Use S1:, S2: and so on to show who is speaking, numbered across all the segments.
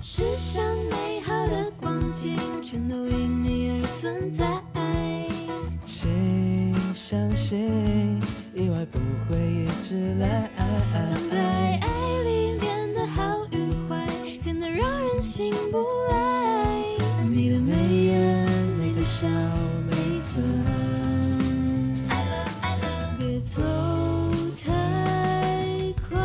S1: 世上美好的光景，全都因你而存在。
S2: 请相信，意外不会一直来。
S1: 藏在爱里面的好与坏，甜得让人醒不来。你的眉眼，你的笑，每寸。爱了爱了，别走太快。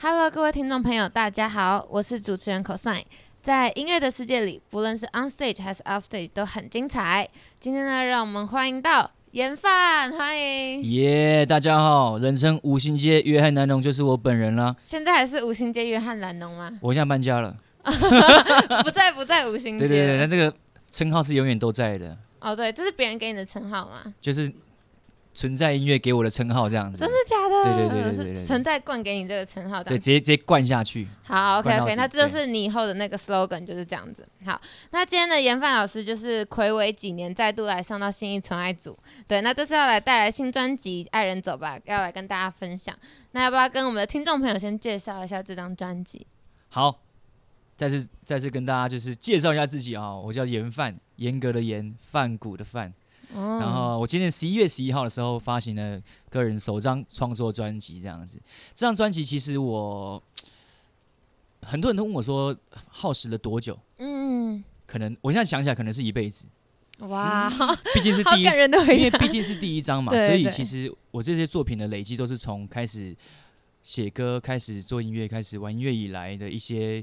S3: Hello，各位听众朋友，大家好，我是主持人 cosine。在音乐的世界里，不论是 on stage 还是 off stage 都很精彩。今天呢，让我们欢迎到严范，欢迎。
S4: 耶大家好，人称五星街约翰南农就是我本人啦。？
S3: 现在还是五星街约翰兰农吗
S4: 我现在搬家了，
S3: 不在，不在五星街。
S4: 对对对，但这个称号是永远都在的，
S3: 哦，对，这是别人给你的称号吗？
S4: 就是存在音乐给我的称号这样子
S3: 真。的假的？
S4: 对对对对对对对
S3: 是存在冠给你这个称号的。
S4: 对，直接直接灌下去。
S3: 好，OK
S4: 关到
S3: OK，
S4: 底
S3: 那这就是你以后的那个 slogan 就是这样子。好，那今天的严范老师就是暌违几年再度来上到新一纯爱组，对，那这次要来带来新专辑《爱人走吧》，要来跟大家分享。那要不要跟我们的听众朋友先介绍一下这张专辑？
S4: 好，再次再次跟大家就是介绍一下自己啊、我叫严范，严格的严，范谷的范。
S3: 哦
S4: 然后我今年十一月十一号的时候发行了个人首张创作专辑，这样子。这张专辑其实我很多人都问我说耗时了多久，
S3: 嗯，
S4: 可能我现在想起来可能是一辈 子，
S3: 哇，
S4: 毕竟是
S3: 好
S4: 嗯第一，
S3: 感人的
S4: 因
S3: 回
S4: 为
S3: 答。
S4: 毕竟是第一 张嘛，
S3: 对对
S4: 所以
S3: 对
S4: 其实我这些作品的累积都是从开始写歌、开始做音乐、开始玩音乐以来的一些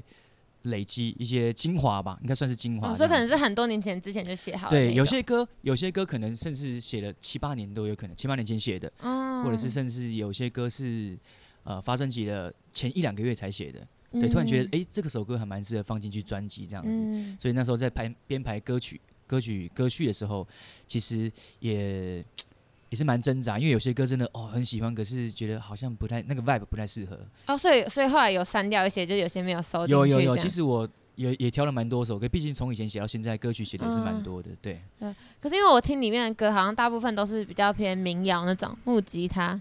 S4: 累积、一些精华吧，应该算是精华
S3: 哦
S4: 这样子。
S3: 所以可能是很多年前之前就写好了那种。
S4: 对，有些歌，有些歌可能甚至写了七八年都有可能，七八年前写的，
S3: 嗯，
S4: 或者是甚至有些歌是呃发专辑的前一两个月才写的，对，突然觉得
S3: 哎，
S4: 诶，这个首歌还蛮值得放进去专辑这样子，
S3: 嗯，
S4: 所以那时候在排编排歌曲、歌曲、歌序的时候，其实也也是蛮挣扎，因为有些歌真的哦很喜欢，可是觉得好像不太那个 vibe 不太适合。
S3: 哦，所以所以后来有删掉一些，就有些没有哦收进去
S4: 有
S3: 这样。
S4: 有有，其实我也也挑了蛮多首歌，毕竟从以前写到现在，歌曲写的也是蛮
S3: 嗯
S4: 多的。对，
S3: 可是因为我听里面的歌，好像大部分都是比较偏民谣那种木吉他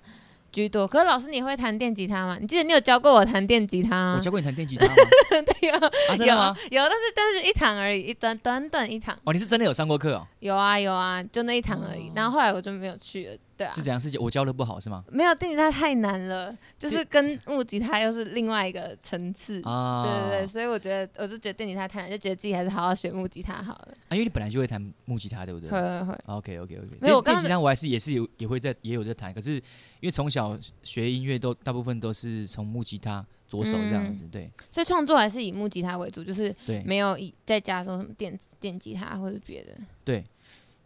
S3: 居多。可是老师，你会弹电吉他吗？你记得你有教过我弹电吉他吗
S4: 我？教过你弹电吉他吗？
S3: 对，有
S4: 啊，真
S3: 有
S4: 的
S3: 啊
S4: 吗？
S3: 有，但是但是一堂而已，一短短短一堂，
S4: 哦，你是真的有上过课哦？
S3: 有啊有啊，就那一堂而已。然后后来我就没有去了，对啊
S4: 是，怎样？是我教的不好是吗？
S3: 没有电吉他太难了， 就是跟木吉他又是另外一个层次。
S4: 啊，
S3: 嗯对对对，所以我觉得我就觉得电吉他太难，就觉得自己还是好好学木吉他好了。
S4: 啊，因为你本来就会弹木吉他，对不对？
S3: 会会会，
S4: OK OK OK，
S3: 没有我
S4: 电
S3: 刚
S4: 电吉
S3: 刚
S4: 他我还是也是有也会在也有在弹，可是因为从小学音乐都大部分都是从木吉他左手这样
S3: 嗯
S4: 子，对
S3: 所以创作还是以木吉他为主，就是
S4: 对
S3: 没有以在家说什么电子电吉他或者别的
S4: 对，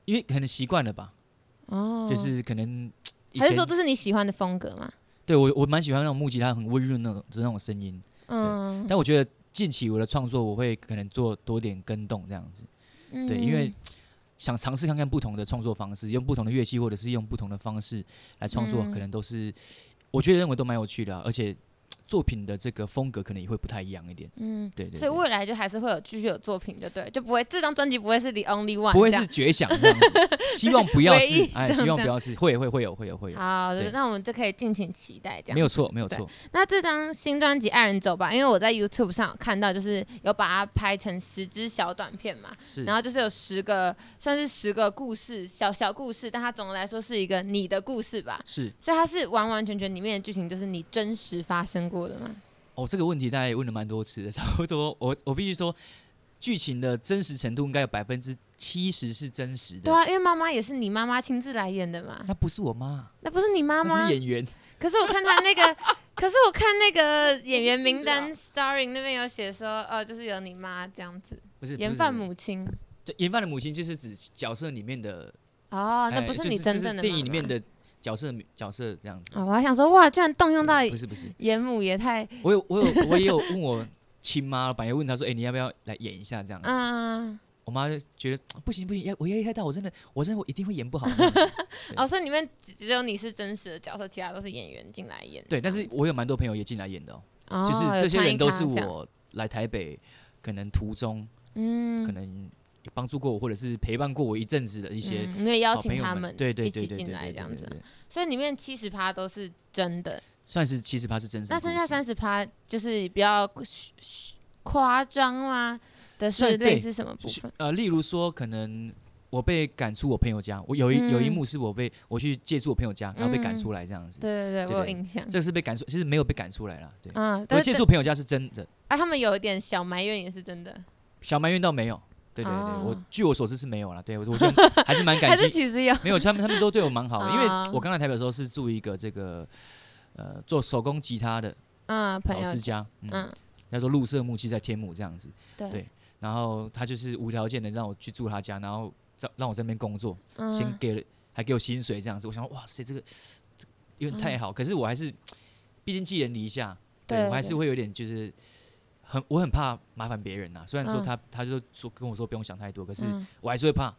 S4: 因为可能习惯了吧，
S3: 哦
S4: 就是可能以
S3: 还
S4: 前
S3: 是说这是你喜欢的风格嘛？
S4: 对我我蛮喜欢那种木吉他很温润那种的那种声音，
S3: 嗯，
S4: 但我觉得近期我的创作我会可能做多点跟动这样子，对，因为
S3: 嗯
S4: 想尝试看看不同的创作方式，用不同的乐器或者是用不同的方式来创作，
S3: 嗯
S4: 可能都是我觉得认为都蛮有趣的啊、而且作品的这个风格可能也会不太一样一点。
S3: 嗯，
S4: 对对对
S3: 所以未来就还是会有继续有作品，就对，就不会这张专辑不会是 the only one，
S4: 不会
S3: 这
S4: 是
S3: 样
S4: 绝响这 样子，希望不要
S3: 唯一
S4: 是，哎，
S3: 这样
S4: 希望
S3: 这
S4: 不要是，会会会有会有会有，
S3: 好，
S4: 对
S3: 那我们就可以敬请期待这样。
S4: 没有错没有
S3: 对
S4: 错，
S3: 那这张新专辑《爱人走吧》，因为我在 YouTube 上有看到，就是有把它拍成十支小短片嘛，
S4: 是
S3: 然后就是有十个，算是十个故事，小小故事，但它总的来说是一个你的故事吧。
S4: 是
S3: 所以它是完完全全里面的剧情就是你真实发生过的吗？
S4: 哦，这个问题大家也问了蛮多次的， 差不多，我我必须说，剧情的真实程度应该有百分之七十是真实
S3: 对
S4: 的，
S3: 啊，因为妈妈也是你妈妈亲自来演的嘛，
S4: 那不是我妈，
S3: 那不是你妈
S4: 那
S3: 妈
S4: 是。演员，
S3: 可是我看她那 个，可是我看那个演员名
S4: 啊
S3: 单 starring 那边有写说，哦，就是有你妈这样子，
S4: 不是
S3: 严范，母亲。
S4: 不是对严范的母亲就是指角色里面的，
S3: 哦，那
S4: 哎
S3: 不
S4: 就是
S3: 你真
S4: 就
S3: 正的妈妈、
S4: 是电影里面的角色角色这样子，
S3: 哦，我还想说，哇，居然动用到
S4: 嗯不是不是，
S3: 演母也太……
S4: 我有我有我也有问我亲妈，本来问她说，哎，你要不要来演一下这样子？
S3: 嗯，
S4: 我妈就觉得不行不行，压我压力太大，我真的我真的我一定会演不好这样子。对
S3: 哦，所以里面只只有你是真实的角色，其他都是演员进来演。
S4: 对，但是我有蛮多朋友也进来演的、哦，
S3: 哦
S4: 就是
S3: 有
S4: 这些
S3: 穿
S4: 人
S3: 一
S4: 都
S3: 咖
S4: 是
S3: 这样
S4: 我来台北可能途中
S3: 嗯
S4: 可能也帮助过我，或者是陪伴过我一阵子的一
S3: 一
S4: 些
S3: 嗯、你也邀
S4: 好朋
S3: 请
S4: 友
S3: 他
S4: 们，对对
S3: 一
S4: 对
S3: 起
S4: 对对
S3: 进来
S4: 对
S3: 这样
S4: 对
S3: 子
S4: 对，对
S3: 所以里面七十趴都是真的
S4: 算是七十趴是真实的
S3: 那
S4: 故事。
S3: 剩下三十趴就是比较嘘嘘夸张啦的是
S4: 算对
S3: 类似什么部
S4: 是
S3: 分？
S4: 呃，例如说，可能我被赶出我朋友家，我有一、有一
S3: 嗯
S4: 幕是我被我去借住我朋友家，然后被赶
S3: 嗯
S4: 出来这样子。
S3: 对对对，我有
S4: 对
S3: 印象。
S4: 这个是被赶出，其实没有被赶出来啦。对，
S3: 嗯，
S4: 我
S3: 但
S4: 借
S3: 是
S4: 住朋友家是真的，
S3: 啊，他们有一点小埋怨也是真的，
S4: 小埋怨倒没有。对对对，
S3: 哦
S4: 我据我所知是没有啦。对我我觉得还是蛮
S3: 还
S4: 感
S3: 是
S4: 激，
S3: 其实 有
S4: 没有他们他们都对我蛮好的，因为
S3: 哦
S4: 我刚来台北的时候是住一个这个呃做手工吉他的
S3: 嗯朋
S4: 老
S3: 友
S4: 师家，嗯，
S3: 嗯
S4: 叫做陆舍木器在天母这样子，
S3: 对
S4: 对然后他就是无条件的让我去住他家，然后让让我在那边工作，先
S3: 嗯
S4: 给了还给我薪水这样子，我想哇塞，这个这个有
S3: 嗯
S4: 点太好，可是我还是毕竟寄人篱下，对
S3: 对
S4: 我还是
S3: 对
S4: 会有点就是很我很怕麻烦别人呐、虽然说
S3: 嗯
S4: 他、他就说跟我说不用想太多，可是
S3: 嗯
S4: 我还是会怕，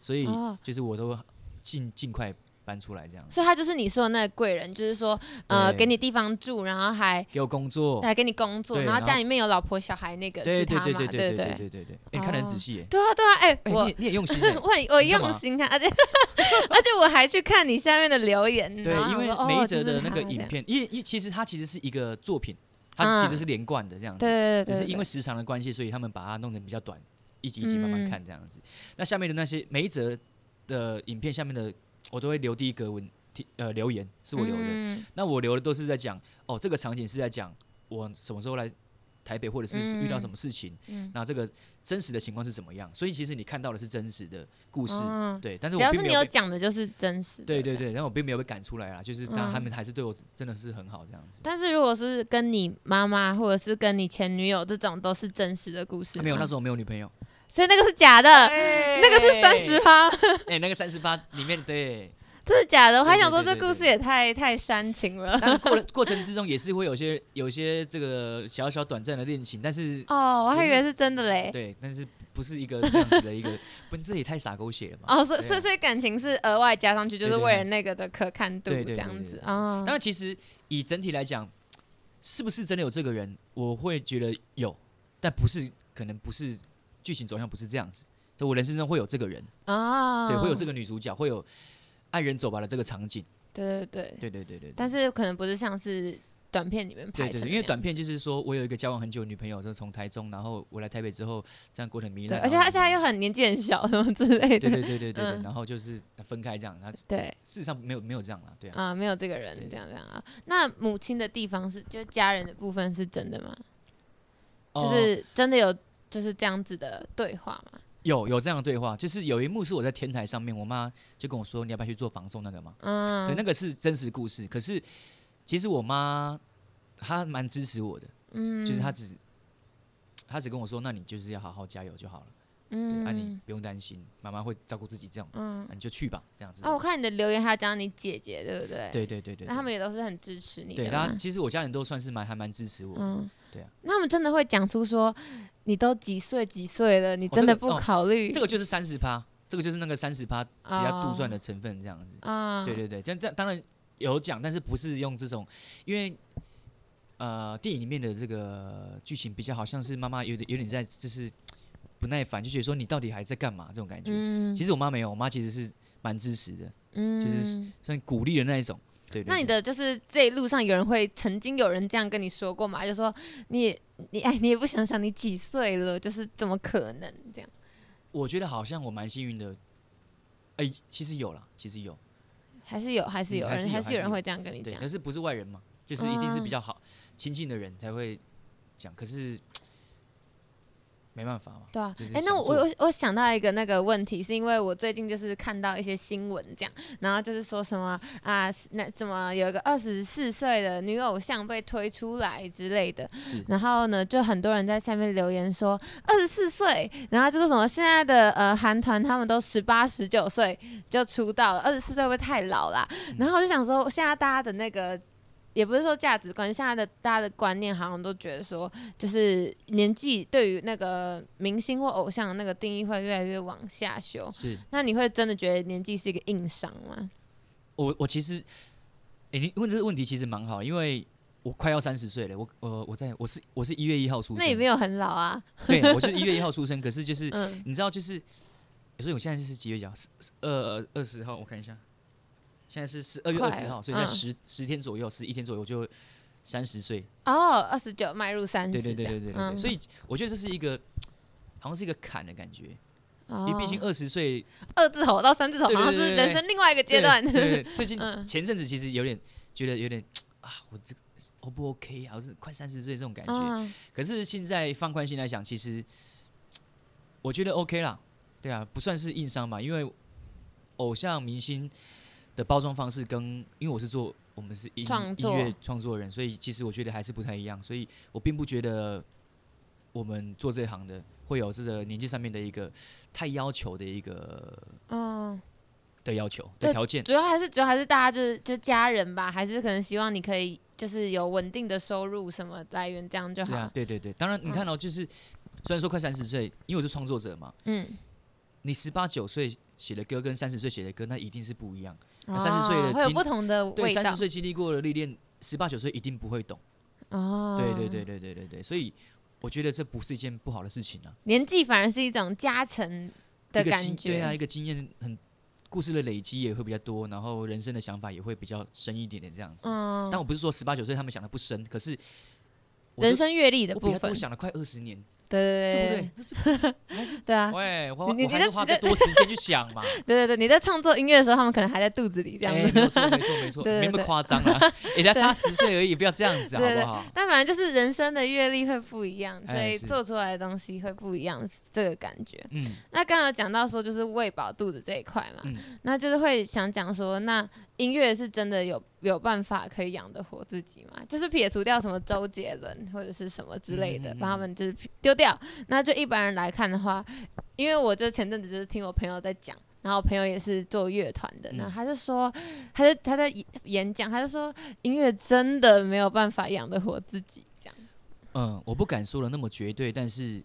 S4: 所以
S3: 哦
S4: 就是我都尽尽快搬出来这样子，
S3: 所以他就是你说的那个贵人，就是说呃
S4: 对
S3: 给你地方住，然后还
S4: 给我工作。
S3: 还给你工作，
S4: 对
S3: 然后
S4: 然
S3: 家
S4: 后
S3: 里面有老婆小孩那个
S4: 对
S3: 是
S4: 对
S3: 他嘛？
S4: 对对
S3: 对
S4: 对对
S3: 对
S4: 对对对，哎你看得很
S3: 哦
S4: 仔细哎，
S3: 对啊对啊，哎
S4: 哎，你
S3: 我，
S4: 也。你也用心哎
S3: 我我
S4: 你干嘛
S3: 用心看，而且 而且我还去看你下面的留言，
S4: 对
S3: 然，后
S4: 因为
S3: 我说
S4: 每
S3: 哦
S4: 一则
S3: 就是
S4: 的那个
S3: 他这
S4: 影
S3: 样
S4: 片，因为因为其实它其实是一个作品，它其实
S3: 嗯
S4: 是连贯的这样子。
S3: 对对对
S4: 只
S3: 对，
S4: 是因
S3: 对
S4: 为时长的关系，所以他们把它弄成比较短，一集一集慢慢
S3: 嗯
S4: 看这样子。那下面的那些每一则的影片下面的，我都会留第一个文提呃留言，是我留的。
S3: 嗯
S4: 那我留的都是在讲哦，这个场景是在讲我什么时候来台北，或者是遇到什么事情，
S3: 嗯
S4: 那这个真实的情况是怎么样。所以其实你看到的是真实的故事，
S3: 嗯
S4: 对。但是
S3: 只
S4: 我
S3: 要
S4: 并
S3: 是
S4: 没
S3: 你有
S4: 有被。
S3: 讲的，就是真实的。
S4: 对对
S3: 这样。
S4: 对，然后我并没有被赶出来啦，就是但他
S3: 嗯
S4: 们还是对我真的是很好这样子。
S3: 但是如果是跟你妈妈或者是跟你前女友这种，都是真实的故事吗、
S4: 啊没有，那时候我哎没有女朋 友。
S3: 所以那个是假的，那个是三十 趴，
S4: 哎、那个三十八里面，对，
S3: 这是假的。我还
S4: 对对
S3: 想说
S4: 对
S3: 这
S4: 对
S3: 故事
S4: 对
S3: 也太太煽情了。
S4: 但过了过程之中也是会有些有些这个小小短暂的恋情，但是、
S3: 哦，我还以为是真的嘞。
S4: 对，但是不是一个这样子的 一个，不，这也太傻狗血了吧？
S3: 哦，所以
S4: 对啊
S3: 所以所以感情是额外加上去，就是
S4: 对对
S3: 为了那个的可看度
S4: 对
S3: 这
S4: 对对
S3: 样
S4: 对
S3: 子
S4: 对
S3: 啊。
S4: 当然，其实以整体来讲，是不是真的有这个人，我会觉得有，但不是，可能不是剧情走向不是这样子。就我人生中会有这个人，
S3: 啊，
S4: 对，会有这
S3: 个，
S4: 个女主角，会有爱人走吧的这个场景，
S3: 对对对。
S4: 对对对对对。
S3: 但是可能不是像是短片里面拍
S4: 对
S3: 成的
S4: 对
S3: 那
S4: 对，
S3: 样，
S4: 因为短片就是说我有一个交往很久的女朋友，就是从台中，然后我来台北之后，这样过得很糜
S3: 对，
S4: 烂。
S3: 而且
S4: 然后
S3: 而且他又很年纪很小什么之类
S4: 对
S3: 的，
S4: 对对对对对，
S3: 嗯
S4: 然后就是分开这样，他事
S3: 对
S4: 实上没有没有这样啦，对啊，
S3: 啊，没有这个人
S4: 对对
S3: 这样这样啊。那母亲的地方是，就家人的部分是真的吗？就
S4: 哦
S3: 是真的有就是这样子的对话吗？
S4: 有有这样的对话，就是有一幕是我在天台上面，我妈就跟我说你要不要去做房仲那个嘛，
S3: 嗯，
S4: 对，那个是真实故事，可是其实我妈她蛮支持我的，
S3: 嗯
S4: 就是她只她只跟我说，那你就是要好好加油就好了，对，那、啊、你
S3: 嗯
S4: 不用担心，妈妈会照顾自己这样，
S3: 嗯
S4: 啊、你就去吧，这样子。
S3: 啊，我看你的留言还有讲你姐姐对不对？，
S4: 对对对对，
S3: 那他们也都是很支持你
S4: 对
S3: 的
S4: 他
S3: 吗，
S4: 其实我家人都算是蛮还蛮支持我的，
S3: 嗯，
S4: 对啊，
S3: 那他们真的会讲出说你都几岁几岁了，你
S4: 哦
S3: 真的
S4: 这个
S3: 不
S4: 哦
S3: 考虑
S4: 这个就是三十趴，这个就是那个三十趴比
S3: 比
S4: 较杜撰的成分这样子。
S3: 啊，
S4: 对对对，但但当然有讲，但是不是用这种，因为呃电影里面的这个剧情比较好像是妈妈有点有点在就是不耐烦，就觉得说你到底还在干嘛这种感觉。
S3: 嗯，
S4: 其实我妈没有，我妈其实是蛮支持的，
S3: 嗯
S4: 就是算鼓励的那一种。对对
S3: 那你
S4: 对
S3: 的就是这一路上有人会曾经有人这样跟你说过嘛？就说你也你哎，你也不想想你几岁了，就是怎么可能这样？
S4: 我觉得好像我蛮幸运的，哎、其实有啦，其实有。
S3: 还是有，还是
S4: 嗯
S3: 有
S4: 还
S3: 人，
S4: 是有
S3: 还
S4: 还
S3: 是
S4: 是
S3: 有人
S4: 有
S3: 会这样跟你
S4: 对，
S3: 讲
S4: 但。是不是外人嘛，就是一定是
S3: 嗯
S4: 比较好亲近的人才会讲，可是没办法嘛。
S3: 对啊
S4: 就是，
S3: 哎、那
S4: 想
S3: 我
S4: 做
S3: 我我想到一个那个问题，是因为我最近就是看到一些新闻这样，然后就是说什么啊，那怎么有一个二十四岁的女偶像被推出来之类的，
S4: 是
S3: 然后呢，就很多人在下面留言说二十四岁，然后就说什么现在的呃韩团他们都十八十九岁就出道了，二十四岁会不会太老啦？然后我就想说，现在大家的那个。也不是说价值观，现在的大家的观念好像都觉得说，就是年纪对于那个明星或偶像的那个定义会越来越往下修。
S4: 是，
S3: 那你会真的觉得年纪是一个硬伤吗？
S4: 我我其实，哎、你问这个问题其实蛮好，因为我快要三十岁了，我呃我我在我是我是一月一号出生，
S3: 那也没有很老啊，
S4: 对，我是一月一号出生，可是就是、
S3: 嗯，
S4: 你知道就是，所以我现在就是几月几号？是是呃二十号，我看一下，现在是十二月
S3: 快
S4: 二
S3: 了
S4: 十号，所以在
S3: 嗯
S4: 十十天左右，十一天左右我就三十岁。
S3: 哦，二十九迈入三十，
S4: 对对对对对对对，
S3: 嗯、
S4: 所以我觉得这是一个好像是一个坎的感觉，
S3: 哦
S4: 因为毕竟二十岁
S3: 二字头到三字头，
S4: 对对
S3: 好像
S4: 对
S3: 是
S4: 对
S3: 人生另外一个阶段。
S4: 对对对最近
S3: 嗯
S4: 前阵子其实有点觉得有点啊，我这 O 不 OK 啊？我是快三十岁这种感觉。
S3: 嗯
S4: 可是现在放宽心来想，其实我觉得 OK 啦，对啊，不算是硬伤嘛，因为偶像明星的包装方式跟因为我是做我们是音
S3: 创
S4: 音乐
S3: 作
S4: 创作人，所以其实我觉得还是不太一样，所以我并不觉得我们做这行的会有这个年纪上面的一个太要求的一个
S3: 嗯，
S4: 的要求
S3: 对
S4: 的条件。
S3: 主要还是主要还是大家就是就家人吧，还是可能希望你可以就是有稳定的收入什么来源，这样就好。嗯
S4: 对啊，对对对，当然你看哦，就是虽然说快三十岁，因为我是创作者嘛，
S3: 嗯，
S4: 你十八九岁写的歌跟三十岁写的歌，那一定是不一样。
S3: 哦
S4: 30岁的
S3: 会有
S4: 经
S3: 不同的
S4: 对，
S3: 味
S4: 三
S3: 道
S4: 十。岁经历过的历练，十八九岁一定不会懂。
S3: 哦，
S4: 对对对，对对对对，所以我觉得这不是一件不好的事情啊，
S3: 年纪反而是一种加成的
S4: 一个
S3: 感
S4: 经
S3: 觉。
S4: 对啊，一个经验很故事的累积也会比较多，然后人生的想法也会比较深一点点这样子。
S3: 嗯，
S4: 但我不是说十八九岁他们想的不深，可是我
S3: 人
S4: 都
S3: 生阅历的
S4: 我比
S3: 部
S4: 他
S3: 分
S4: 多，想了快二十年，
S3: 对
S4: 对
S3: 对
S4: 不
S3: 对
S4: 对？那这
S3: 对啊，
S4: 喂，我
S3: 你你
S4: 我还
S3: 这
S4: 是花
S3: 你
S4: 比较
S3: 这
S4: 多时间去 想嘛。
S3: 对对对，你在创作音乐的时候，他们可能还在肚子里这样
S4: 哎，
S3: 子。
S4: 没有错，没错，没错，
S3: 对对
S4: 没那么
S3: 对
S4: 夸 张啊，人家差十岁而已，不要这样子好
S3: 对对
S4: 不好？
S3: 但反正就是人生的阅历会不一样，所
S4: 哎
S3: 以
S4: 是
S3: 做出来的东西会不一样，这个感觉。
S4: 嗯
S3: 那刚刚有讲到说，就是喂饱肚子这一块嘛，
S4: 嗯，
S3: 那就是会想讲说，那音乐是真的有有办法可以养得活自己吗？就是撇除掉什么周杰伦或者是什么之类的，
S4: 嗯嗯嗯
S3: 把他们就是丢掉。那就一般人来看的话，因为我就前阵子就是听我朋友在讲。然后我朋友也是做乐团的，
S4: 嗯
S3: 那他就说，他就他在演演讲，他就说音乐真的没有办法养得活自己，这样。
S4: 嗯，我不敢说的那么绝对，但是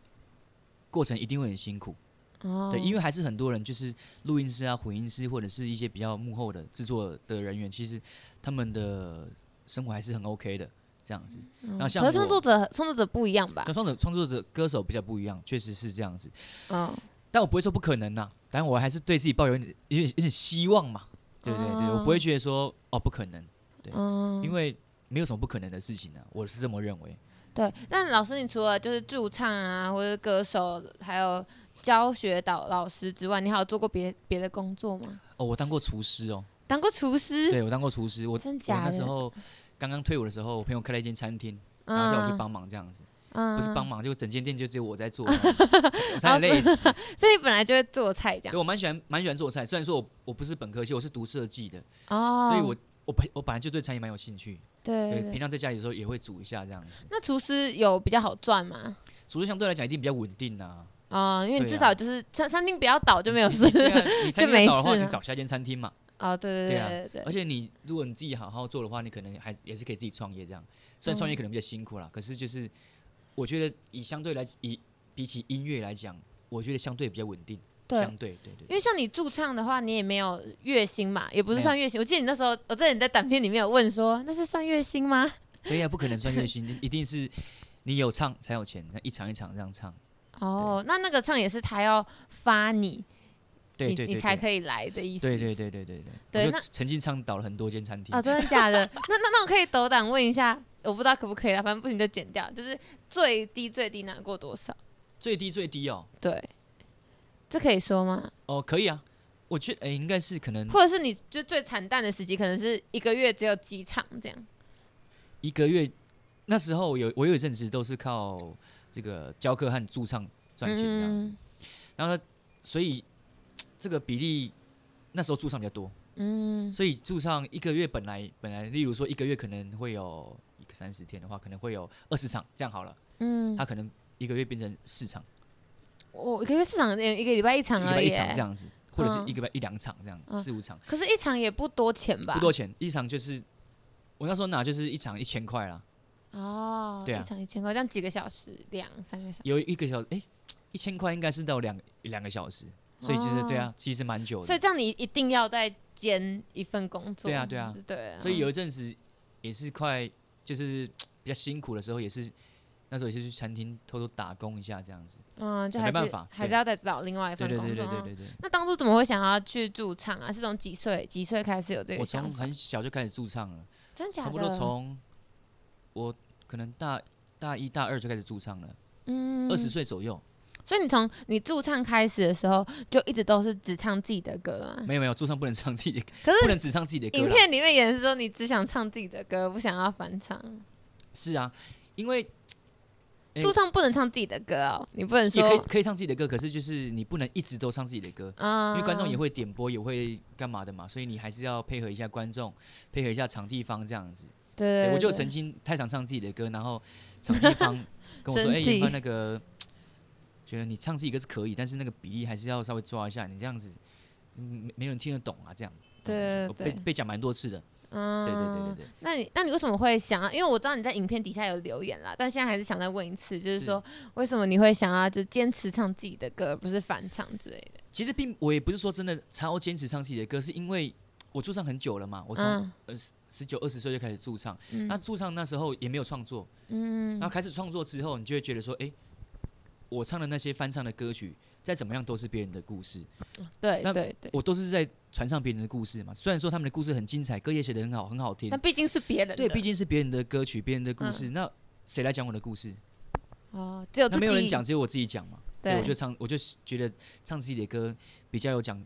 S4: 过程一定会很辛苦。
S3: 哦，
S4: 对，因
S3: 为
S4: 为还是很多人就是录音师啊、混音师或者是一些比较幕后的制作的人员，其实他们的生活还是很 OK 的这样子。那像
S3: 嗯可是创
S4: 我
S3: 作者创作者不一样吧
S4: 那？创作创作者歌手比较不一样，确实是这样子。
S3: 嗯，
S4: 但我不会说不可能呐、但我还是对自己抱有一点、有点、有点希望嘛。对对对，我不会觉得说哦不可能，对
S3: 嗯
S4: 因为没有什么不可能的事情呢、啊我是这么认为。
S3: 对，但老师，你除了就是驻唱啊，或者歌手，还有教学导老师之外，你还有做过别别的工作吗？
S4: 哦，我当过厨师哦，
S3: 当过厨师，
S4: 对我当过厨师，我
S3: 真
S4: 我
S3: 假
S4: 那
S3: 的？
S4: 时候刚刚退伍的时候，我朋友开了一间餐厅，
S3: 嗯，
S4: 然后叫我去帮忙这样子，
S3: 嗯，
S4: 不是帮忙，就整间店就只有我 在做这样子，我
S3: 然
S4: 差
S3: 后
S4: 点累死。
S3: 所以你本来就会做菜这
S4: 对
S3: 样。
S4: 我蛮喜欢蛮喜欢做菜，虽然说我我不是本科系，我是读设计的，
S3: 哦，
S4: 所以我我本我本来就对餐饮蛮有兴趣，
S3: 对
S4: 对
S3: 对，
S4: 平
S3: 对。
S4: 常在家里的时候也会煮一下这样子。
S3: 那厨师有比较好赚吗？
S4: 厨师相对来讲一定比较稳定啊，
S3: 哦，因为你
S4: 对
S3: 至
S4: 啊
S3: 少就是餐餐厅不要倒就没有事。
S4: 对啊，你餐
S3: 没
S4: 厅倒的话，
S3: 事
S4: 你
S3: 了
S4: 找下一间餐厅嘛。
S3: 哦，对
S4: 对
S3: 对
S4: 啊
S3: 对对
S4: 而
S3: 对。
S4: 且你如果你自己好好做的话，你可能还也是可以自己创业这样。
S3: 嗯
S4: 虽然创业可能比较辛苦啦，可是就是我觉得以相对来以比起音乐来讲，我觉得相对比较稳定。
S3: 对
S4: 相对对对
S3: 因为像你驻唱的话，你也没有月薪嘛，也不是
S4: 没有
S3: 算月薪。我记得你那时候，我记得你在短片里面有问说，那是算月薪吗？
S4: 对呀、不可能算月薪， 一定是你有唱才有钱，那一场一场这样唱。
S3: 哦，那那个唱也是他要发你，
S4: 对对对
S3: 你你才可以来的意思。
S4: 对对对对对对
S3: 对
S4: 我
S3: 那
S4: 就曾经倡导了很多间餐厅。
S3: 哦，真的假的？那那那我可以斗胆问一下，我不知道可不可以啦，反正不行就剪掉。就是最低最低拿过多少？
S4: 最低最低哦
S3: 对，这可以说吗？
S4: 哦，可以啊，我觉得哎、应该是可能
S3: 或者是你就最惨淡的时期，可能是一个月只有几场这样。
S4: 一个月那时候有我有一阵子都是靠这个教课和驻唱赚钱这样子。
S3: 嗯
S4: 然后呢，所以这个比例那时候驻唱比较多，
S3: 嗯，
S4: 所以驻唱一个月本来本来，例如说一个月可能会有一个三十天的话，可能会有二十场，这样好了，
S3: 嗯
S4: 他可能一个月变成四场，
S3: 我一个月四场，一个礼拜一
S4: 就
S3: 场
S4: 一个
S3: 而
S4: 拜一
S3: 已
S4: 场这
S3: 耶。
S4: 样子，或者是
S3: 嗯
S4: 一个拜一两场这样，
S3: 嗯
S4: 四五场
S3: 可是，一场也不多钱吧？
S4: 不多钱，一场就是我那时候拿就是一场一千块啦，
S3: 哦，
S4: 对啊
S3: 一场一千块，这样几个小时，两三个小时。
S4: 有一个小哎一千块应该是到两两个小时，所以就是对啊，其实蛮久的，
S3: 哦所以这样你一定要再兼一份工作。
S4: 对啊对啊，
S3: 对啊。
S4: 所以有一阵子也是快就是比较辛苦的时候，也是那时候也是去餐厅偷偷打工一下这样子。
S3: 嗯，就
S4: 没
S3: 还
S4: 办
S3: 是
S4: 法
S3: 还是
S4: 对
S3: 要再找另外一份
S4: 对对
S3: 工
S4: 对
S3: 作。
S4: 对对
S3: 嗯
S4: 对对。
S3: 那当初怎么会想要去驻唱啊？是从几岁几岁开始有这个
S4: 我
S3: 想
S4: 从
S3: 法？
S4: 很小就开始驻唱了，
S3: 真假的？
S4: 差不多从我可能大大一大二就开始驻唱了，
S3: 嗯
S4: 二十。岁左右。
S3: 所以你从你驻唱开始的时候，就一直都是只唱自己的歌啊。
S4: 没有没有，驻唱不能唱自己的，
S3: 可
S4: 不
S3: 是
S4: 能只唱自己的歌
S3: 影
S4: 啦。
S3: 片里面也是说你只想唱自己的歌，不想要翻唱。
S4: 是啊，因为哎
S3: 驻唱不能唱自己的歌哦，你不能
S4: 也可以
S3: 说
S4: 可以唱自己的歌，可是就是你不能一直都唱自己的歌，
S3: 啊，
S4: 因为观众也
S3: 会
S4: 会点播，也会干嘛的嘛，所以你还是要配合一下观众，配合一下场地方这样子。
S3: 对，
S4: 我就
S3: 对
S4: 曾经太常唱自己的歌，然后场 地方跟我说：“
S3: 生
S4: 哎，
S3: 气
S4: 尹帆那个，觉得你唱自己歌是可以，但是那个比例还是要稍微抓一下，你这样子。”嗯没没人听得懂啊，这样。
S3: 对
S4: 我
S3: 对
S4: 被
S3: 对
S4: 被讲蛮多次的。
S3: 嗯
S4: 对对对对对。
S3: 那你那你为什么会想要？因为我知道你在影片底下有留言啦，但现在还是想再问一次，就是
S4: 是
S3: 说为什么你会想要就坚持唱自己的歌，而不是翻唱之类的？
S4: 其实并我也不是说真的超坚持唱自己的歌，是因为我驻唱很久了嘛，我从
S3: 嗯
S4: 十九二十岁就开始驻唱。
S3: 嗯
S4: 那驻唱那时候也没有创作，
S3: 嗯
S4: 然后开始创作之后，你就会觉得说，哎、我唱的那些翻唱的歌曲，再怎么样都是别人的故事，
S3: 对
S4: 那
S3: 对对，
S4: 我都是在传唱别人的故事嘛。虽然说他们的故事很精彩，歌也写得很好，很好听
S3: 但，毕竟是别人的，
S4: 对，毕竟是别人的歌曲，别人的故事，那谁来讲我的故事？
S3: 哦，只有自己
S4: 那没有人讲，只有我自己讲嘛。对，
S3: 对
S4: 我就唱，我就觉得唱自己的歌比较有讲自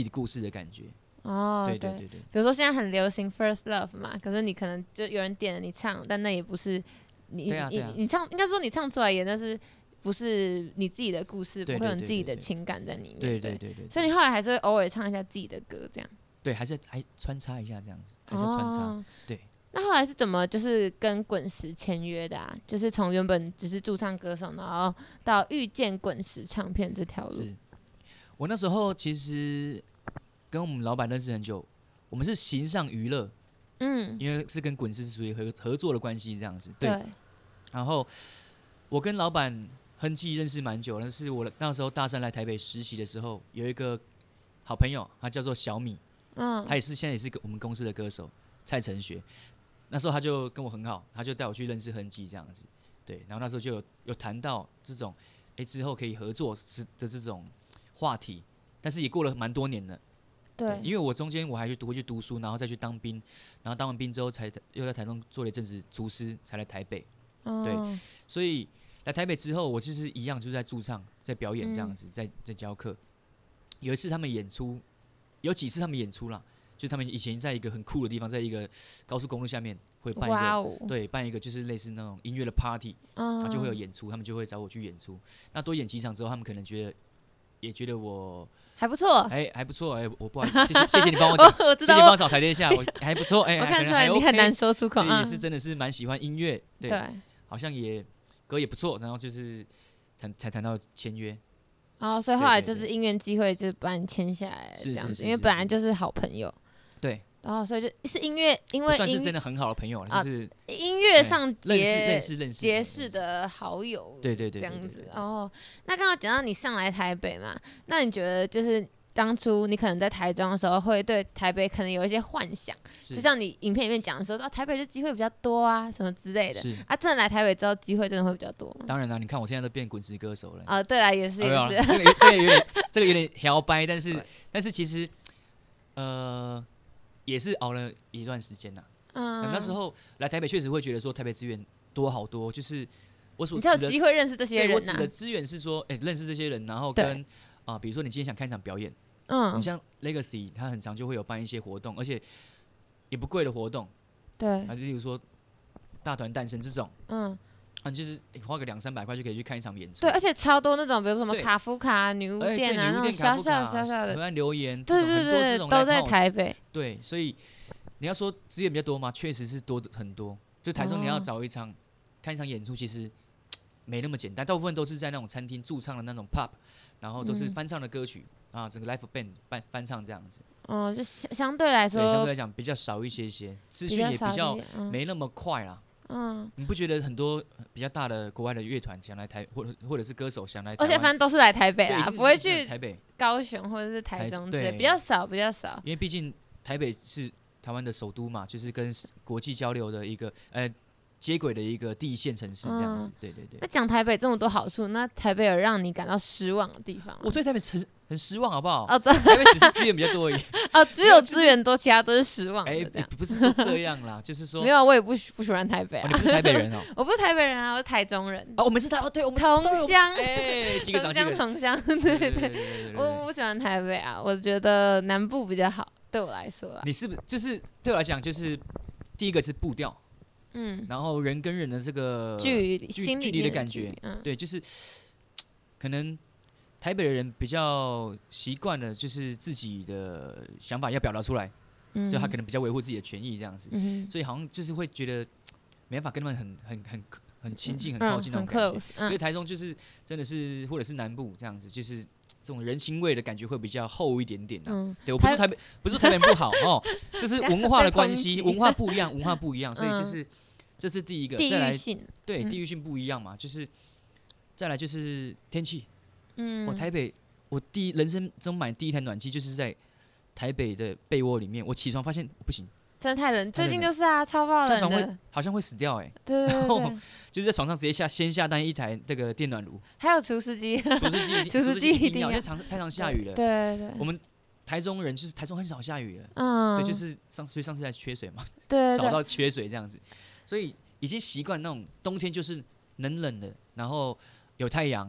S4: 己的故事的感觉。
S3: 哦，
S4: 对对对对。
S3: 比如说现在很流行 first love 嘛，可是你可能就有人点了你唱，但那也不是你、
S4: 对啊
S3: 你
S4: 对啊
S3: 你唱，应该说你唱出来也但是不是你自己的故事，
S4: 对
S3: 不会有
S4: 对
S3: 你
S4: 对
S3: 自己
S4: 对
S3: 的
S4: 对
S3: 情感在里面。
S4: 对对对对，
S3: 所以你后来还是会偶尔唱一下自己的歌，这样。
S4: 对还是还穿插一下这样子，还是要穿插。
S3: 哦
S4: 对。
S3: 那后来是怎么就是跟滚石签约的啊？就是从原本只是驻唱歌手，然后到遇见滚石唱片这条路。
S4: 是我那时候其实跟我们老板认识很久，我们是行上娱乐，
S3: 嗯，
S4: 因为是跟滚石是属于合合作的关系这样子。
S3: 对，
S4: 然后我跟老板亨记认识蛮久了，是我那时候大三来台北实习的时候，有一个好朋友，他叫做小米，
S3: 嗯，
S4: 他也是现在也是个我们公司的歌手蔡成学。那时候他就跟我很好，他就带我去认识痕迹这样子，对。然后那时候就有有谈到这种，诶，之后可以合作之的这种话题，但是也过了蛮多年了，
S3: 对，
S4: 因为我中间我还去读去读书，然后再去当兵，然后当完兵之后才又在台中做了一阵子厨师，才来台北。对
S3: 嗯
S4: 所以来台北之后，我就是一样，就是在驻唱、在表
S3: 嗯
S4: 演这样子，在在教课。有一次他们演出，有几次他们演出啦，就他们以前在一个很酷的地方，在一个高速公路下面会办一
S3: 哇
S4: 个，
S3: 哦，
S4: 对，办一个就是类似那种音乐的 party，然后
S3: 嗯，
S4: 就会有演出，他们就会找我去演出。那多演几场之后，他们可能觉得。也觉得我
S3: 还不错。
S4: 哎还不错哎，我不好意思，谢谢谢谢你帮我讲，
S3: 哦 哦，我知
S4: 谢谢你帮
S3: 道
S4: 我，找台阶下，我还不错哎，
S3: 我
S4: 还
S3: 看
S4: 可能
S3: 出
S4: 还
S3: 来你
S4: OK，
S3: 很难说出口
S4: 就
S3: 啊
S4: 也。是真的是蛮喜欢音乐，对，
S3: 对，
S4: 好像也歌也不错，然后就是谈才谈到签约，
S3: 然哦后所以
S4: 对
S3: 后来
S4: 对
S3: 就是
S4: 对
S3: 因缘机会就把你签下来
S4: 是
S3: 这样子，
S4: 是是
S3: 因为
S4: 是
S3: 本来
S4: 是
S3: 就是好朋友，
S4: 对，
S3: 然后所以就是音乐，因
S4: 不
S3: 为
S4: 算是
S3: 音
S4: 真的很好的朋友了，
S3: 啊
S4: 就是
S3: 音乐
S4: 哎
S3: 上
S4: 认识
S3: 结
S4: 认识认识
S3: 结
S4: 认
S3: 识
S4: 识
S3: 的好友，
S4: 对对对对
S3: 这样
S4: 对
S3: 子
S4: 对。对
S3: 哦，那刚刚讲到你上来台北嘛，那你觉得就是当初你可能在台中的时候，会对台北可能有一些幻想，
S4: 是
S3: 就像你影片里面讲的说，啊，台北的机会比较多啊，什么之类的。
S4: 是
S3: 啊，真的来台北之后，机会真的会比较多吗？
S4: 当然啦，你看我现在都变滚石歌手了，
S3: 啊，对啦，也是
S4: 啊没有
S3: 也
S4: 啦
S3: 是， 嗯
S4: 这个这个有点这个有点摇掰，但是
S3: 对
S4: 但是其实呃也是熬了一段时间呐。
S3: 嗯，
S4: 那时候来台北确实会觉得说台北资源多好多，就是我所
S3: 你才有
S4: 指的
S3: 机会认识这些
S4: 对我
S3: 人
S4: 指
S3: 呐
S4: 的，资源是说，哎，认识这些人，然后
S3: 对
S4: 跟啊，比如说你今天想看一场表演。
S3: 嗯
S4: 你，像 Legacy，它很常就会有办一些活动，而且也不贵的活动，
S3: 对
S4: 啊，，例如说大团诞生这种，
S3: 嗯，
S4: 啊，你就是、欸花个两三百块就可以去看一场演出。
S3: 对，而且超多那种，比如说什么
S4: 对
S3: 卡夫卡、女巫
S4: 哎对
S3: 店啊，
S4: 女
S3: 那种
S4: 巫店
S3: 小
S4: 卡夫
S3: 小
S4: 卡
S3: 小小的
S4: 河，岸留言，这
S3: 对
S4: 种很多
S3: 对
S4: 这
S3: 对，
S4: 种
S3: 都
S4: live
S3: 在
S4: house
S3: 台北。
S4: 对，所以你要说资源比较多嘛，确实是多的很多。就台中你要
S3: 哦
S4: 找一场、看一场演出，其实没那么简单，大部分都是在那种餐厅驻唱的那种 pub，然后都是
S3: 嗯
S4: 翻唱的歌曲、啊，整个 live band 翻翻唱这样子。
S3: 哦，就相相对来
S4: 所以相
S3: 说
S4: 对来讲比较少一些些，资
S3: 比
S4: 讯也
S3: 少
S4: 比
S3: 一
S4: 较
S3: 点，嗯
S4: 没那么快啦。
S3: 嗯，
S4: 你不觉得很多呃比较大的国外的乐团想来台，或者或者是歌手想来台
S3: 而
S4: 湾，
S3: 且反正都是来台北
S4: 对已
S3: 啦，
S4: 经
S3: 不会
S4: 已经是
S3: 去
S4: 台北，
S3: 高雄或者是台
S4: 台
S3: 中
S4: 中
S3: 之类，
S4: 对
S3: 比较少，比较少。
S4: 因为毕竟台北是台湾的首都嘛，就是跟世国际交流的一个，呃，接轨的一个第一线城市这样子
S3: 嗯。
S4: 对对对
S3: 那，讲台北这么多好处，那台北有让你感到失望的地方吗？
S4: 我对台北城很失望，好不好？
S3: 哦，对，
S4: 台北只是资源比较多而已。
S3: 哦，只
S4: 没有
S3: 有
S4: 就是
S3: 资源多，其他都是失望的
S4: 哎，
S3: 这
S4: 不
S3: 样。
S4: 不是说这样啦，就是说
S3: 没，有，啊我也不喜不喜欢台北
S4: 哦
S3: 啊
S4: 你，不是台北人哦。
S3: 我不是台北人啊，我是台中人，
S4: 啊，我们是台，哦对，我们是
S3: 同
S4: 对我们是
S3: 乡
S4: 哎，几个
S3: 同
S4: 长几
S3: 乡
S4: 个人。
S3: 同乡，
S4: 对
S3: 对
S4: 对对对
S3: 对。
S4: 对对对
S3: 我我不喜欢台北啊，我觉得南部比较好，对我来说啦。
S4: 你是不就是对我来讲，就是第一个是步调，
S3: 嗯，
S4: 然后人跟人的这个
S3: 距离
S4: 距
S3: 心
S4: 呃距
S3: 里
S4: 离的
S3: 面
S4: 感
S3: 距
S4: 觉
S3: 离嗯，
S4: 对，就是可能台北的人比较习惯了，就是自己的想法要表达出来，
S3: 嗯
S4: 就他可能比较维护自己的权益这样子，
S3: 嗯
S4: 所以好像就是会觉得没办法跟他们很很很很亲近、很
S3: 嗯
S4: 靠近那种
S3: 很
S4: 感觉。
S3: close，
S4: 因为
S3: 嗯
S4: 台中就是真的是，或者是南部这样子，就是这种人情味的感觉会比较厚一点点啊。
S3: 嗯，
S4: 对，我不是
S3: 台
S4: 台北，不是说台北不好哦，这是文化的关系，
S3: 在攻击
S4: 文化不一样，文化不一样，所以
S3: 嗯
S4: 就是这是第一个，
S3: 地
S4: 再
S3: 域
S4: 来
S3: 性，
S4: 对
S3: 嗯
S4: 地域性不一样嘛，就是再来就是天气，
S3: 嗯，
S4: 我台北我第一人生中买第一台暖气就是在台北的被窝里面，我起床发现不行，
S3: 真的太冷，最
S4: 太冷
S3: 近
S4: 了
S3: 就是啊，超爆
S4: 下床
S3: 冷
S4: 会
S3: 的，
S4: 好像会死掉哎、
S3: 对对对
S4: 然后
S3: 对，
S4: 就是在床上直接下先下单一台这个电暖炉，
S3: 还有除湿机，对
S4: 除湿机一 定，
S3: 除湿机一定
S4: 要，因为
S3: 要
S4: 常太常下雨 了，
S3: 对对
S4: 我，们台中人就是台中很少下雨了，
S3: 嗯，
S4: 对，就是上所以上次在缺水嘛。
S3: 对
S4: 少
S3: 对对，
S4: 到缺水这样子，所以已经习惯那种冬天就是冷冷的，然后有太阳，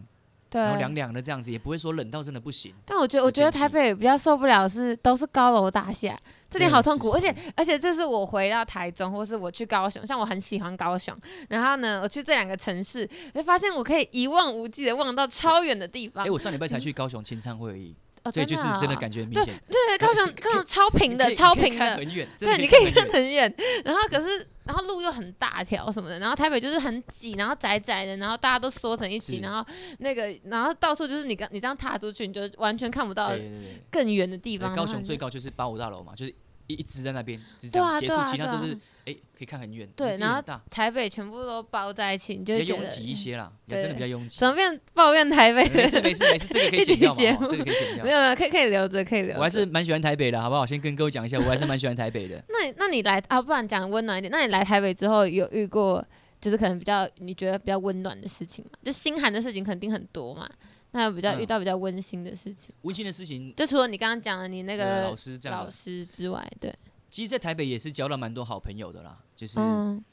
S4: 然后
S3: 对
S4: 凉凉的这样子，也不会说冷到真的不行。
S3: 但我觉得，
S4: 的
S3: 我觉得
S4: 天
S3: 台
S4: 气
S3: 北比较受不了是都是高楼大厦，这点
S4: 对
S3: 好痛
S4: 是
S3: 苦。
S4: 是
S3: 而且
S4: 是
S3: 而且，这是我回到台中，或是我去高雄，像我很喜欢高雄，然后呢，我去这两个城市，我就发现我可以一望无际的望到超远的地方。
S4: 哎、我上礼拜才去高雄清唱会而已，
S3: 啊嗯哦，
S4: 对，就是真的
S3: 哦
S4: 感觉很明显，
S3: 对高雄高雄超平
S4: 你可
S3: 的，
S4: 以
S3: 超
S4: 你可以
S3: 平
S4: 看
S3: 的。
S4: 很远，真
S3: 对，
S4: 的
S3: 你可
S4: 可
S3: 以看
S4: 很远。
S3: 很远，然后可是，然后路又很大条什么的，然后台北就是很挤，然后窄窄的，然后大家都缩成一起，
S4: 是
S3: 然后那个，然后到处就是你刚你这样踏出去，你就完全看不到
S4: 对对对对
S3: 更远的地
S4: 对
S3: 方。
S4: 高
S3: 然后
S4: 雄
S3: 你
S4: 最
S3: 就
S4: 高就是八五大楼嘛，就是一一直在那边，就这
S3: 对
S4: 样
S3: 啊
S4: 结
S3: 对
S4: 束，
S3: 啊
S4: 其他都
S3: 对啊
S4: 是哎、可以看很远，
S3: 对
S4: 地
S3: 然后
S4: 很大，
S3: 台北全部都包在一起，你就
S4: 比
S3: 会
S4: 较
S3: 觉
S4: 拥
S3: 得
S4: 挤一些啦，比较
S3: 对
S4: 真的比较拥挤
S3: 怎。么变抱怨台北
S4: 没
S3: 人？
S4: 事没事没事，这个可
S3: 一
S4: 以剪
S3: 集
S4: 掉嘛，
S3: 节
S4: 哦
S3: 目
S4: 这个可以剪 掉
S3: 没。有没有，可以可以留着，可以留着。
S4: 我还是蛮喜欢台北的，好不好？先跟各位讲一下，我还是蛮喜欢台北的。
S3: 那你那你来啊，不然讲温暖一点。那你来台北之后有遇过就是可能比较你觉得比较温暖的事情吗？就心寒的事情肯定很多嘛。那有比较
S4: 嗯
S3: 遇到比较温馨的事情，
S4: 温馨的事情，
S3: 就除了你刚刚讲的你那
S4: 呃
S3: 个
S4: 老师这样
S3: 老
S4: 的，
S3: 师之外，对，
S4: 其实，在台北也是交到蛮多好朋友的啦。就是、
S3: 嗯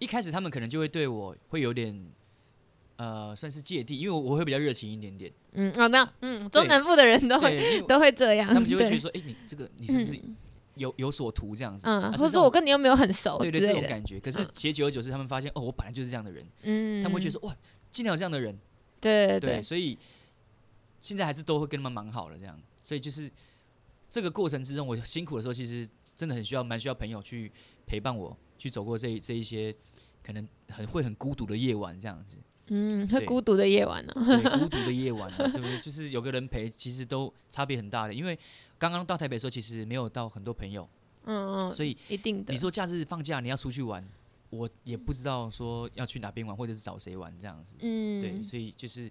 S4: 一开始他们可能就会对我会有点，呃，算是芥蒂，因为我我会比较热情一点点，
S3: 嗯，哦那嗯，中南部的人都会
S4: 对，因为
S3: 都会这样，
S4: 他们就会觉得
S3: 啊对，
S4: 说，哎、你这个你是不是
S3: 嗯
S4: 有有所图这样子？
S3: 嗯，
S4: 啊
S3: 或者
S4: 是这
S3: 说我
S4: 种
S3: 跟你又没有很熟之
S4: 对对这
S3: 类
S4: 种
S3: 的，
S4: 感觉。可是其实久而久之，他们发现哦，我本来就是这样的人，
S3: 嗯，
S4: 他们会觉得说，哇，竟然有这样的人，
S3: 对对
S4: 对，所以现在还是都会跟他们蛮好的这样。所以就是这个过程之中，我辛苦的时候，其实真的很需要蛮需要朋友去陪伴我，去走过这一这一些可能很会很孤独的夜晚这样子，
S3: 嗯，会
S4: 对
S3: 孤独的夜晚啊呢、
S4: 对，孤独的夜晚啊，对不对？就是有个人陪，其实都差别很大的。因为刚刚到台北的时候，其实没有到很多朋友，
S3: 嗯嗯，
S4: 所以
S3: 一定的。
S4: 你说假日放假你要出去玩，我也不知道说要去哪边玩，或者是找谁玩这样子，
S3: 嗯，
S4: 对，所以就是。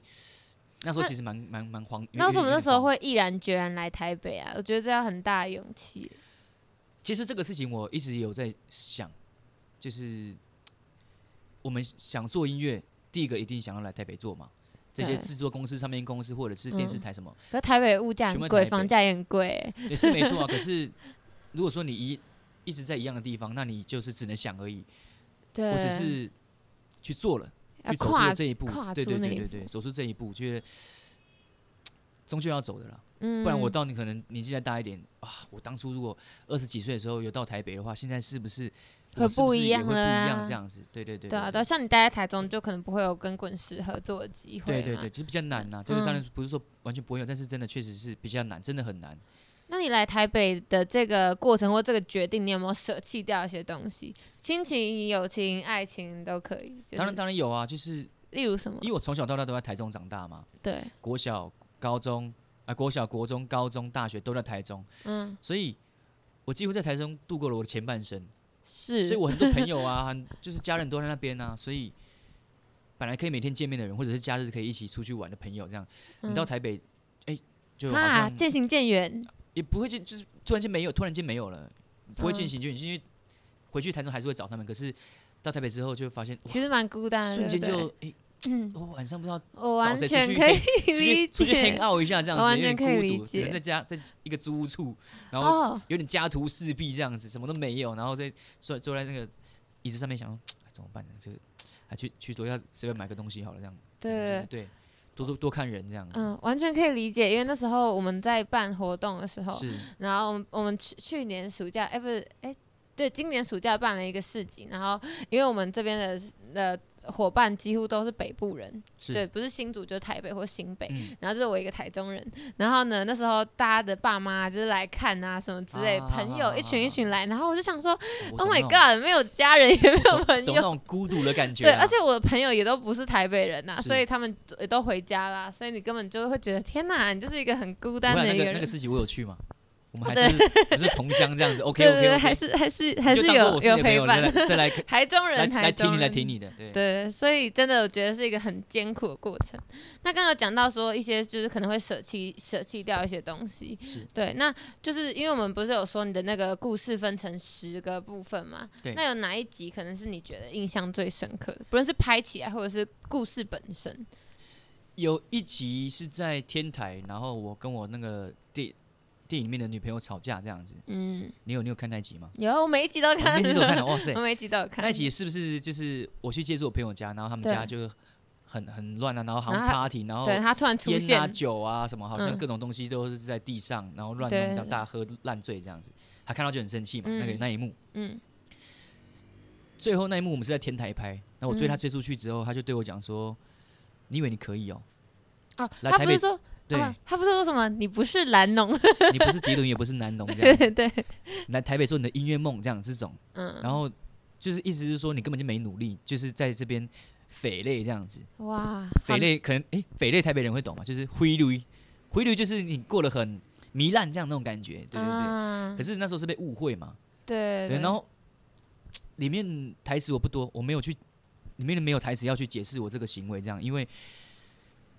S4: 那时候其实蛮蛮蛮慌，
S3: 那为什
S4: 有
S3: 么
S4: 点
S3: 那时候
S4: 慌
S3: 会毅然决然来台北啊？我觉得这要很大的勇气。
S4: 其实这个事情我一直有在想，就是我们想做音乐，第一个一定想要来台北做嘛。这些
S3: 对嗯
S4: 制作公司、唱片公司或者是电视台什么，
S3: 可是台北物价
S4: 全部
S3: 很
S4: 在
S3: 贵，
S4: 台北
S3: 房价也很贵欸、
S4: 也是没错啊。可是如果说你一一直在一样的地方，那你就是只能想而已。
S3: 对，
S4: 我只是去做了，
S3: 要
S4: 去走出了
S3: 跨
S4: 这一步，
S3: 跨
S4: 对
S3: 出
S4: 对
S3: 那
S4: 对
S3: 一
S4: 对
S3: 步，
S4: 对，走出这一步，觉得终究要走的啦。
S3: 嗯，
S4: 不然我到你可能年纪再大一点啊，我当初如果二十几岁的时候有到台北的话，现在是不是
S3: 会
S4: 我是
S3: 不
S4: 不是
S3: 一
S4: 也
S3: 样
S4: 会不
S3: 了
S4: 一
S3: 啊
S4: 样这样子？对对对，
S3: 对啊，对啊，像你待在台中，就可能不会有跟滚石合作的机会
S4: 对
S3: 嘛。
S4: 对对，就是比较难呐、就是当
S3: 嗯
S4: 然不是说完全不会有，但是真的确实是比较难，真的很难。
S3: 那你来台北的这个过程或这个决定，你有没有舍弃掉一些东西？亲情、友情、爱情都可以。就是、
S4: 当然当然有啊，就是
S3: 例如什么
S4: 因？为我从小到大都在台中长大嘛，
S3: 对，
S4: 国小、高中啊、国小、国中、高中、大学都在台中，
S3: 嗯，
S4: 所以我几乎在台中度过了我的前半生。
S3: 是，
S4: 所以我很多朋友啊，很就是家人都在那边啊，所以本来可以每天见面的人，或者是假日可以一起出去玩的朋友，这样你到
S3: 嗯
S4: 台北，哎、就好
S3: 啊，
S4: 像啊
S3: 渐行渐远，
S4: 也不会见，就是突然间没有，突然间没有了，不会
S3: 嗯
S4: 渐行渐远，因为回去台中还是会找他们，可是到台北之后就发现，哇
S3: 其实蛮孤单的，
S4: 瞬间
S3: 对不对
S4: 就诶，
S3: 嗯，
S4: 我晚上不知道
S3: 我完
S4: 谁出
S3: 全
S4: 去
S3: 可以
S4: 出去
S3: 理
S4: 出去 hang
S3: 解
S4: out 一下这样
S3: 我
S4: 子，
S3: 完
S4: 有
S3: 全
S4: 点
S3: 可以理
S4: 孤独，只能
S3: 解
S4: 在家在一个租屋处，然后
S3: 哦，
S4: 有点家徒四壁这样子，什么都没有，然后再坐坐在那个椅子上面想说，哎怎么办呢？这个还去去楼下随便买个东西好了，这样
S3: 对
S4: 就是
S3: 对对
S4: 对，多多多看人这样子，
S3: 嗯，完全可以理解，因为那时候我们在办活动的时候，
S4: 是
S3: 然后我们我们去去年暑假，哎、不是，哎、对，今年暑假办了一个市集，然后因为我们这边的的伙伴几乎都是北部人，
S4: 是
S3: 对，不是新竹就是台北或新北。
S4: 嗯，
S3: 然后就是我一个台中人，然后呢，那时候大家的爸妈就是来看啊什么之类，
S4: 啊
S3: 朋友一群一群来，然后我就想说
S4: 我
S3: ，Oh
S4: 懂
S3: my
S4: 那种
S3: god，没有家人也没有
S4: 懂
S3: 朋
S4: 懂那
S3: 友，
S4: 种孤独的感觉
S3: 对，
S4: 啊，
S3: 而且我的朋友也都不是台北人呐、
S4: 是
S3: 所以他们也都回家啦，所以你根本就会觉得天哪，你就是一个很孤单
S4: 我
S3: 的
S4: 啊想那
S3: 一
S4: 个
S3: 人。
S4: 那个事情我有去嘛，我们还
S3: 对
S4: 是还是同乡这 样子，OK
S3: 对对
S4: OK
S3: 对，还
S4: OK，
S3: 是还是还
S4: 就是当作
S3: 有
S4: 我是你的朋
S3: 陪
S4: 友，再
S3: 伴，
S4: 来再来
S3: 台中
S4: 来
S3: 人，
S4: 来
S3: 台
S4: 听
S3: 中
S4: 你来
S3: 人，
S4: 听你的，对
S3: 对，所以真的我觉得是一个很艰苦的过程。那刚刚有讲到说一些就是可能会舍弃舍弃掉一些东西
S4: 是，
S3: 对，那就是因为我们不是有说你的那个故事分成十个部分嘛，
S4: 对
S3: 那有哪一集可能是你觉得印象最深刻的，不论是拍起来或者是故事本身，
S4: 有一集是在天台，然后我跟我那个电电影里面的女朋友吵架这样子。
S3: 嗯，
S4: 你有你有看那一集 吗？
S3: 有我每一集都有
S4: 我那
S3: 看，
S4: 一集都有看了，哇塞
S3: 我！每一集都有嗯看，
S4: 那一集是不是就是我去借住我朋友家，然后他们家就很很乱啊，然后好像
S3: 然后
S4: party，然后
S3: 对他突然出
S4: 烟啊、
S3: 现，
S4: 酒啊什么，好像
S3: 嗯
S4: 各种东西都是在地上，然后乱弄
S3: 对
S4: 这样，大家喝烂醉这样子。他看到就很生气嘛，那个
S3: 嗯
S4: 那一幕。
S3: 嗯，
S4: 最后那一幕我们是在天台拍，那我追他
S3: 嗯
S4: 追出去之后，他就对我讲说：“你以为你可以哦？
S3: 哦，
S4: 来
S3: 他
S4: 台
S3: 不是
S4: 北
S3: 说。
S4: 对
S3: 啊，他不是说什么你不是蓝龙，
S4: 你不是迪伦，也不是南农这
S3: 对
S4: 样子，
S3: 对 对，
S4: 来台北做你的音乐梦这样这种。”
S3: 嗯，
S4: 然后就是意思是说你根本就没努力，就是在这边匪类这样子。
S3: 哇，
S4: 匪
S3: 好
S4: 类可能诶，匪类台北人会懂嘛？就是灰驴，灰驴就是你过得很糜烂这样那种感觉，对对对。
S3: 啊
S4: 可是那时候是被误会嘛？
S3: 对
S4: 对，然后里面台词我不多，我没有去里面没有台词要去解释我这个行为这样，因为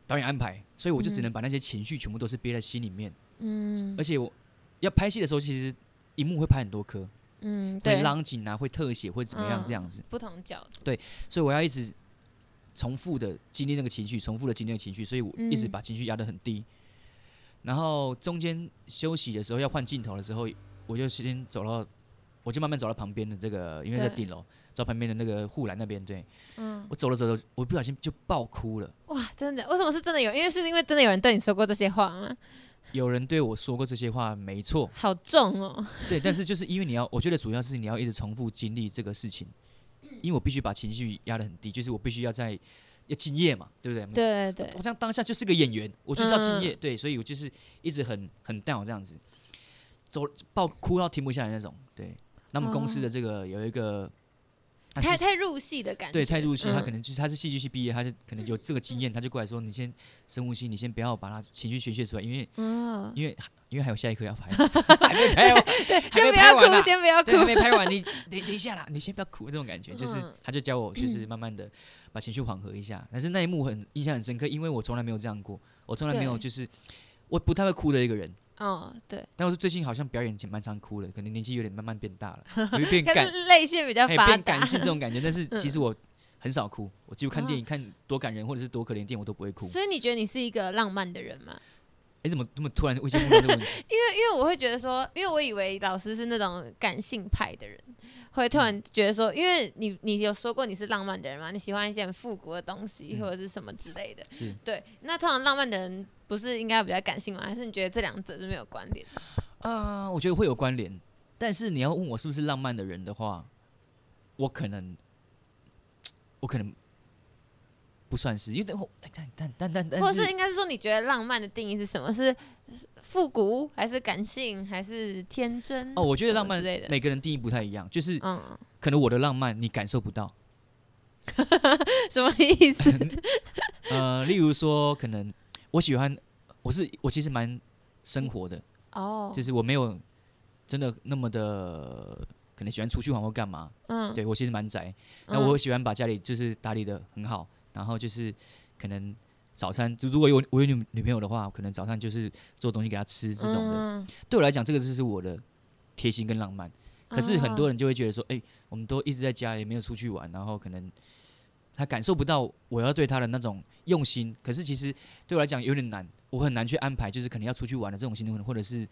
S4: 导演安排，所以我就只
S3: 嗯
S4: 能把那些情绪全部都是憋在心里面。
S3: 嗯
S4: 而且我要拍戏的时候，其实一幕会拍很多颗，
S3: 嗯，
S4: 会
S3: 对，嗯
S4: 拉景啊，会特写，会怎么样这样子。
S3: 不同角度，
S4: 所以我要一直重复的经历那个情绪，重复的经历那个情绪，所以我一直
S3: 嗯
S4: 把情绪压得很低。然后中间休息的时候要换镜头的时候，我就先走到，我就慢慢走到旁边的这个，因为在
S3: 对
S4: 顶楼，走到旁边的那个护栏那边。对
S3: 嗯，
S4: 我走了走着，我不小心就爆哭了。
S3: 哇，真的，为什么是真的有？因为是因为真的有人对你说过这些话吗？
S4: 有人对我说过这些话，没错，
S3: 好重哦，
S4: 对，但是就是因为你要，我觉得主要是你要一直重复经历这个事情，因为我必须把情绪压得很低，就是我必须要在要敬业嘛，对不对？
S3: 对对对嗯
S4: 我，这样当下就是个演员，我就是要敬业，对，所以我就是一直很很 down 这样子，走爆哭到停不下来那种，对。那我们公司的这个有一个，他
S3: 哦太
S4: 是
S3: 太入戏的感觉，
S4: 对太入戏，他
S3: 嗯
S4: 可能就是他是戏剧系毕业，他就可能有这个经验，他就过来说你先深呼吸，你先不要把他情绪宣泄出来，因为
S3: 嗯，
S4: 因为因为还有下一刻要 拍，还没拍完，还
S3: 先
S4: 没
S3: 不
S4: 拍
S3: 要
S4: 完啊
S3: 哭，先不 要哭
S4: 对，，还没拍完，你等等一下啦，你先不要哭，这种感觉就是
S3: 嗯，
S4: 他就教我就是慢慢的把情绪缓和一下。但是那一幕很印象很深刻，因为我从来没有这样过，我从来没有
S3: 对
S4: 就是我不太会哭的一个人，
S3: 哦，对，
S4: 但我是最近好像表演前蛮常哭的，可能年纪有点慢慢变 大了，有点变
S3: 可
S4: 感，
S3: 是泪腺比较
S4: 哎，
S3: 发
S4: 变
S3: 达嗯
S4: 感，性这种感觉。但是其实我很少哭，我几乎看电影看多感人或者是多可怜的电影我都不会哭。
S3: 所以你觉得嗯你是一个浪漫的人吗？
S4: 哎，怎么这么突然？我先问到这个问题，
S3: 因为因为我会觉得说，因为我以为老师是那种感性派的人，会突然觉得说，因为你你有说过你是浪漫的人嘛，你喜欢一些很复古的东西
S4: 嗯
S3: 或者是什么之类的，
S4: 是
S3: 对。那通常浪漫的人不是应该比较感性吗？还是你觉得这两者是没有关联？
S4: 啊、我觉得会有关联。但是你要问我是不是浪漫的人的话，我可能，我可能不算是，因为等我但但但但
S3: 或者
S4: 但
S3: 是
S4: 呃是
S3: 应该是说，你觉得浪漫的定义是什么？是是复古还是感性还是天真？
S4: 哦，我觉得浪漫
S3: 之类的
S4: 每个人定义不太一样，就是
S3: 嗯，
S4: 可能我的浪漫你感受不到。
S3: 什么意 思？
S4: 呃，例如说，可能我喜欢，我是我其实蛮生活的，
S3: 哦，
S4: 就是我没有真的那么的可能喜欢出去玩或干嘛，
S3: 嗯，
S4: 对我其实蛮宅。
S3: 嗯，
S4: 那我喜欢把家里就是打理的很好，然后就是可能早餐，如如果有我有女女朋友的话，可能早上就是做东西给她吃这种的。
S3: 嗯
S4: 对我来讲，这个就是我的贴心跟浪漫。可是很多
S3: 人
S4: 人就会觉得说，哎、我们都一直在家，也没有出去玩，然后可能他感受不到我要对他的那种用心。可是其实对我来讲有点难，我很难去安排，就是可能要出去玩的这种行程，或者是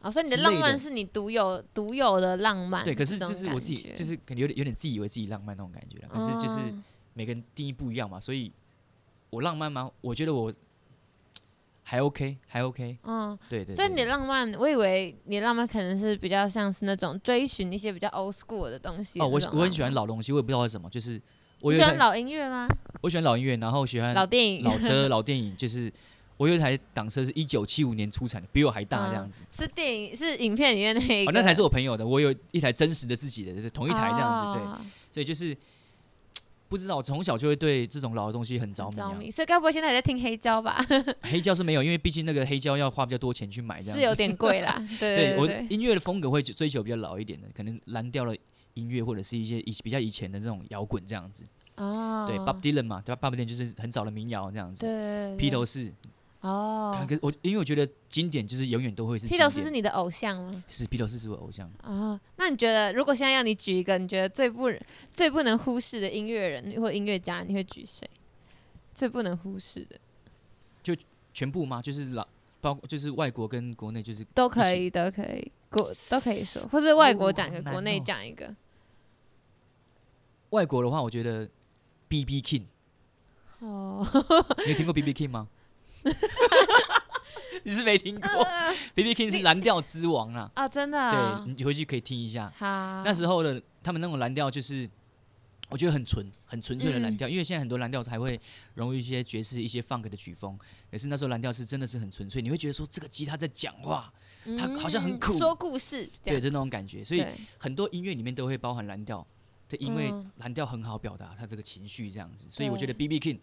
S3: 哦，所以你的
S4: 之
S3: 浪
S4: 类的
S3: 漫是你独有独有的浪漫
S4: 对。
S3: 啊这种感觉，
S4: 可是就是我自己，就是可能有点有点自以为自己浪漫那种感觉了。可是就是
S3: 哦
S4: 每个人定义不一样嘛，所以我浪漫吗？我觉得我还 OK，还 OK。
S3: 嗯，
S4: 对对
S3: 所以你
S4: 对
S3: 的浪漫，我以为你的浪漫可能是比较像是那种追寻一些比较 old school 的东西。
S4: 哦，我
S3: 那种
S4: 我
S3: 浪
S4: 很喜欢
S3: 漫。
S4: 老东西，我也不知道为什么，就是我
S3: 你
S4: 有一
S3: 喜欢
S4: 台
S3: 老音乐吗？
S4: 我喜欢老音乐，然后喜欢
S3: 老电影？
S4: 老车、老电影，就是我有一台挡车是一九七五年出产的，比我还大这样子。
S3: 是电影，是影片里面那一个。，
S4: 哦那台是我朋友的，我有一台真实的自己的，就是同一台这样子。对，
S3: 哦
S4: 所以就是不知道，我从小就会对这种老的东西很着迷、
S3: 着
S4: 啊。
S3: 迷。所以该不会现在还在听黑胶吧？
S4: 黑胶是没有，因为毕竟那个黑胶要花比较多钱去买，哎这样
S3: 是
S4: 子
S3: 有点贵 啦。对
S4: 对
S3: 对
S4: 我
S3: 对。
S4: 音乐的风格会追求比较老一点的，可能蓝调了音乐或者是一些以比较以前的这种摇滚这样子。
S3: 哦。
S4: 对，Bob Dylan 嘛，对吧？Bob Dylan 就是很早的民谣这样子。
S3: 对。
S4: 披
S3: 披
S4: 头士，
S3: 哦。
S4: 可是我因为我觉得经典就是永远都会是
S3: 披
S4: 经
S3: 头
S4: 典。
S3: 士是你的偶像吗？
S4: 是披头士是我偶像。
S3: 哦，那你觉得如果现在要你举一个你觉得最不最不能忽视的音乐人或音乐家，你会举谁？最不能忽视的
S4: 全部吗？就是老包括就是外国跟国内就是
S3: 都可
S4: 一
S3: 以，都可以，国都可以说，或者外国
S4: 哦
S3: 讲一个，
S4: 好难
S3: 国内
S4: 哦
S3: 讲一个。
S4: 外国的话，我觉得 B B King，
S3: 哦，
S4: 你有听过 B B King 吗？你是没听过 B B King 是蓝调之王啊，
S3: 啊，真的呃啊
S4: 对，你回去可以听一下。
S3: 好，
S4: 那时候的他们那种蓝调就是。我觉得很纯、很纯粹的蓝
S3: 嗯
S4: 调，因为现在很多蓝调还会融入一些爵士、一些 funk 的曲风。可是那时候蓝调是真的是很纯粹，你会觉得说这个吉他在讲话，他
S3: 嗯
S4: 好像很酷
S3: 说故事，这
S4: 对，
S3: 样
S4: 就那种感觉。所以
S3: 对
S4: 很多音乐里面都会包含蓝调，对，因为
S3: 嗯
S4: 蓝调很好表达他这个情绪这样子，所以我觉
S3: 对
S4: 得 B B King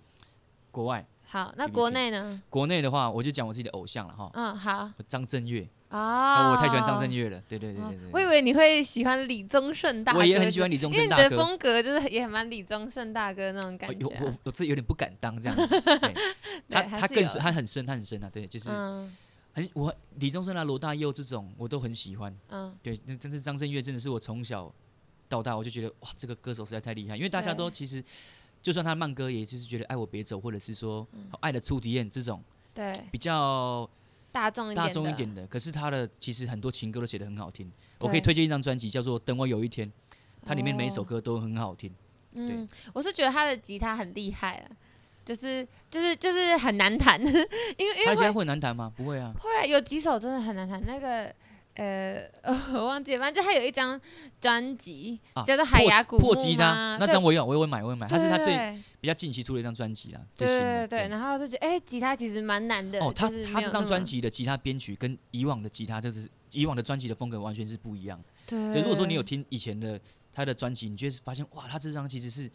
S4: 国外
S3: 好，那
S4: BB
S3: 国内呢？
S4: 国内的话，我就讲我自己的偶像了哈，
S3: 嗯，好
S4: 张震岳，
S3: 啊，
S4: 啊，我太喜欢张震岳了，对对对
S3: 哦
S4: 对
S3: 我以
S4: 对，
S3: 为你会喜欢李宗盛大哥，
S4: 我也很喜欢李宗
S3: 因为
S4: 盛
S3: 你
S4: 大
S3: 的
S4: 哥。
S3: 风格就是也很蛮李宗盛大哥那种感
S4: 哎
S3: 觉
S4: 呦，
S3: 啊。
S4: 我我这有点不敢当 这样子，对他
S3: 还
S4: 他
S3: 是
S4: 更
S3: 有
S4: 深，他很深，他很深啊，对，就是
S3: 嗯
S4: 很我李宗盛啊、罗大佑这种我都很喜欢，
S3: 嗯，
S4: 对，那真是张震岳真的是我从小到大我就觉得哇，这个歌手实在太厉害，因为大家都
S3: 对
S4: 其实就算他慢歌，也就是觉得爱我别走，或者是说
S3: 嗯
S4: 爱的初体验这种
S3: 对，
S4: 比较
S3: 大众一点，
S4: 大众一点，的，可是他的其实很多情歌都写的很好听，我可以推荐一张专辑叫做《等我有一天》，它里面每一首
S3: 哦
S4: 歌都很好听，
S3: 嗯，我是觉得他的吉他很厉害了，就是就是就是很难弹， 因为因
S4: 他
S3: 为
S4: 现
S3: 会
S4: 在会难弹吗？不会啊，
S3: 会啊有几首真的很难弹，那个呃、 我忘记了，反正就他有一张专辑
S4: 啊
S3: 叫做《海
S4: 破
S3: 牙
S4: 吉
S3: 古墓
S4: 破》吉他
S3: 吗
S4: 那张我有，我也会买，我也买，
S3: 对
S4: 它是他
S3: 对
S4: 最比较近期出的一张专辑啦，最
S3: 对
S4: 新
S3: 对
S4: 的。
S3: 对对，然后就觉得哎、吉他其实蛮难的
S4: 哦，他
S3: 就是
S4: 他
S3: 没有
S4: 这
S3: 那
S4: 张
S3: 么
S4: 专，辑的吉他编曲跟以往的吉他就是以往的专辑的风格完全是不一样。
S3: 对，
S4: 对，如果说你有听以前的他的专辑，你就会发现哇，他这张其实是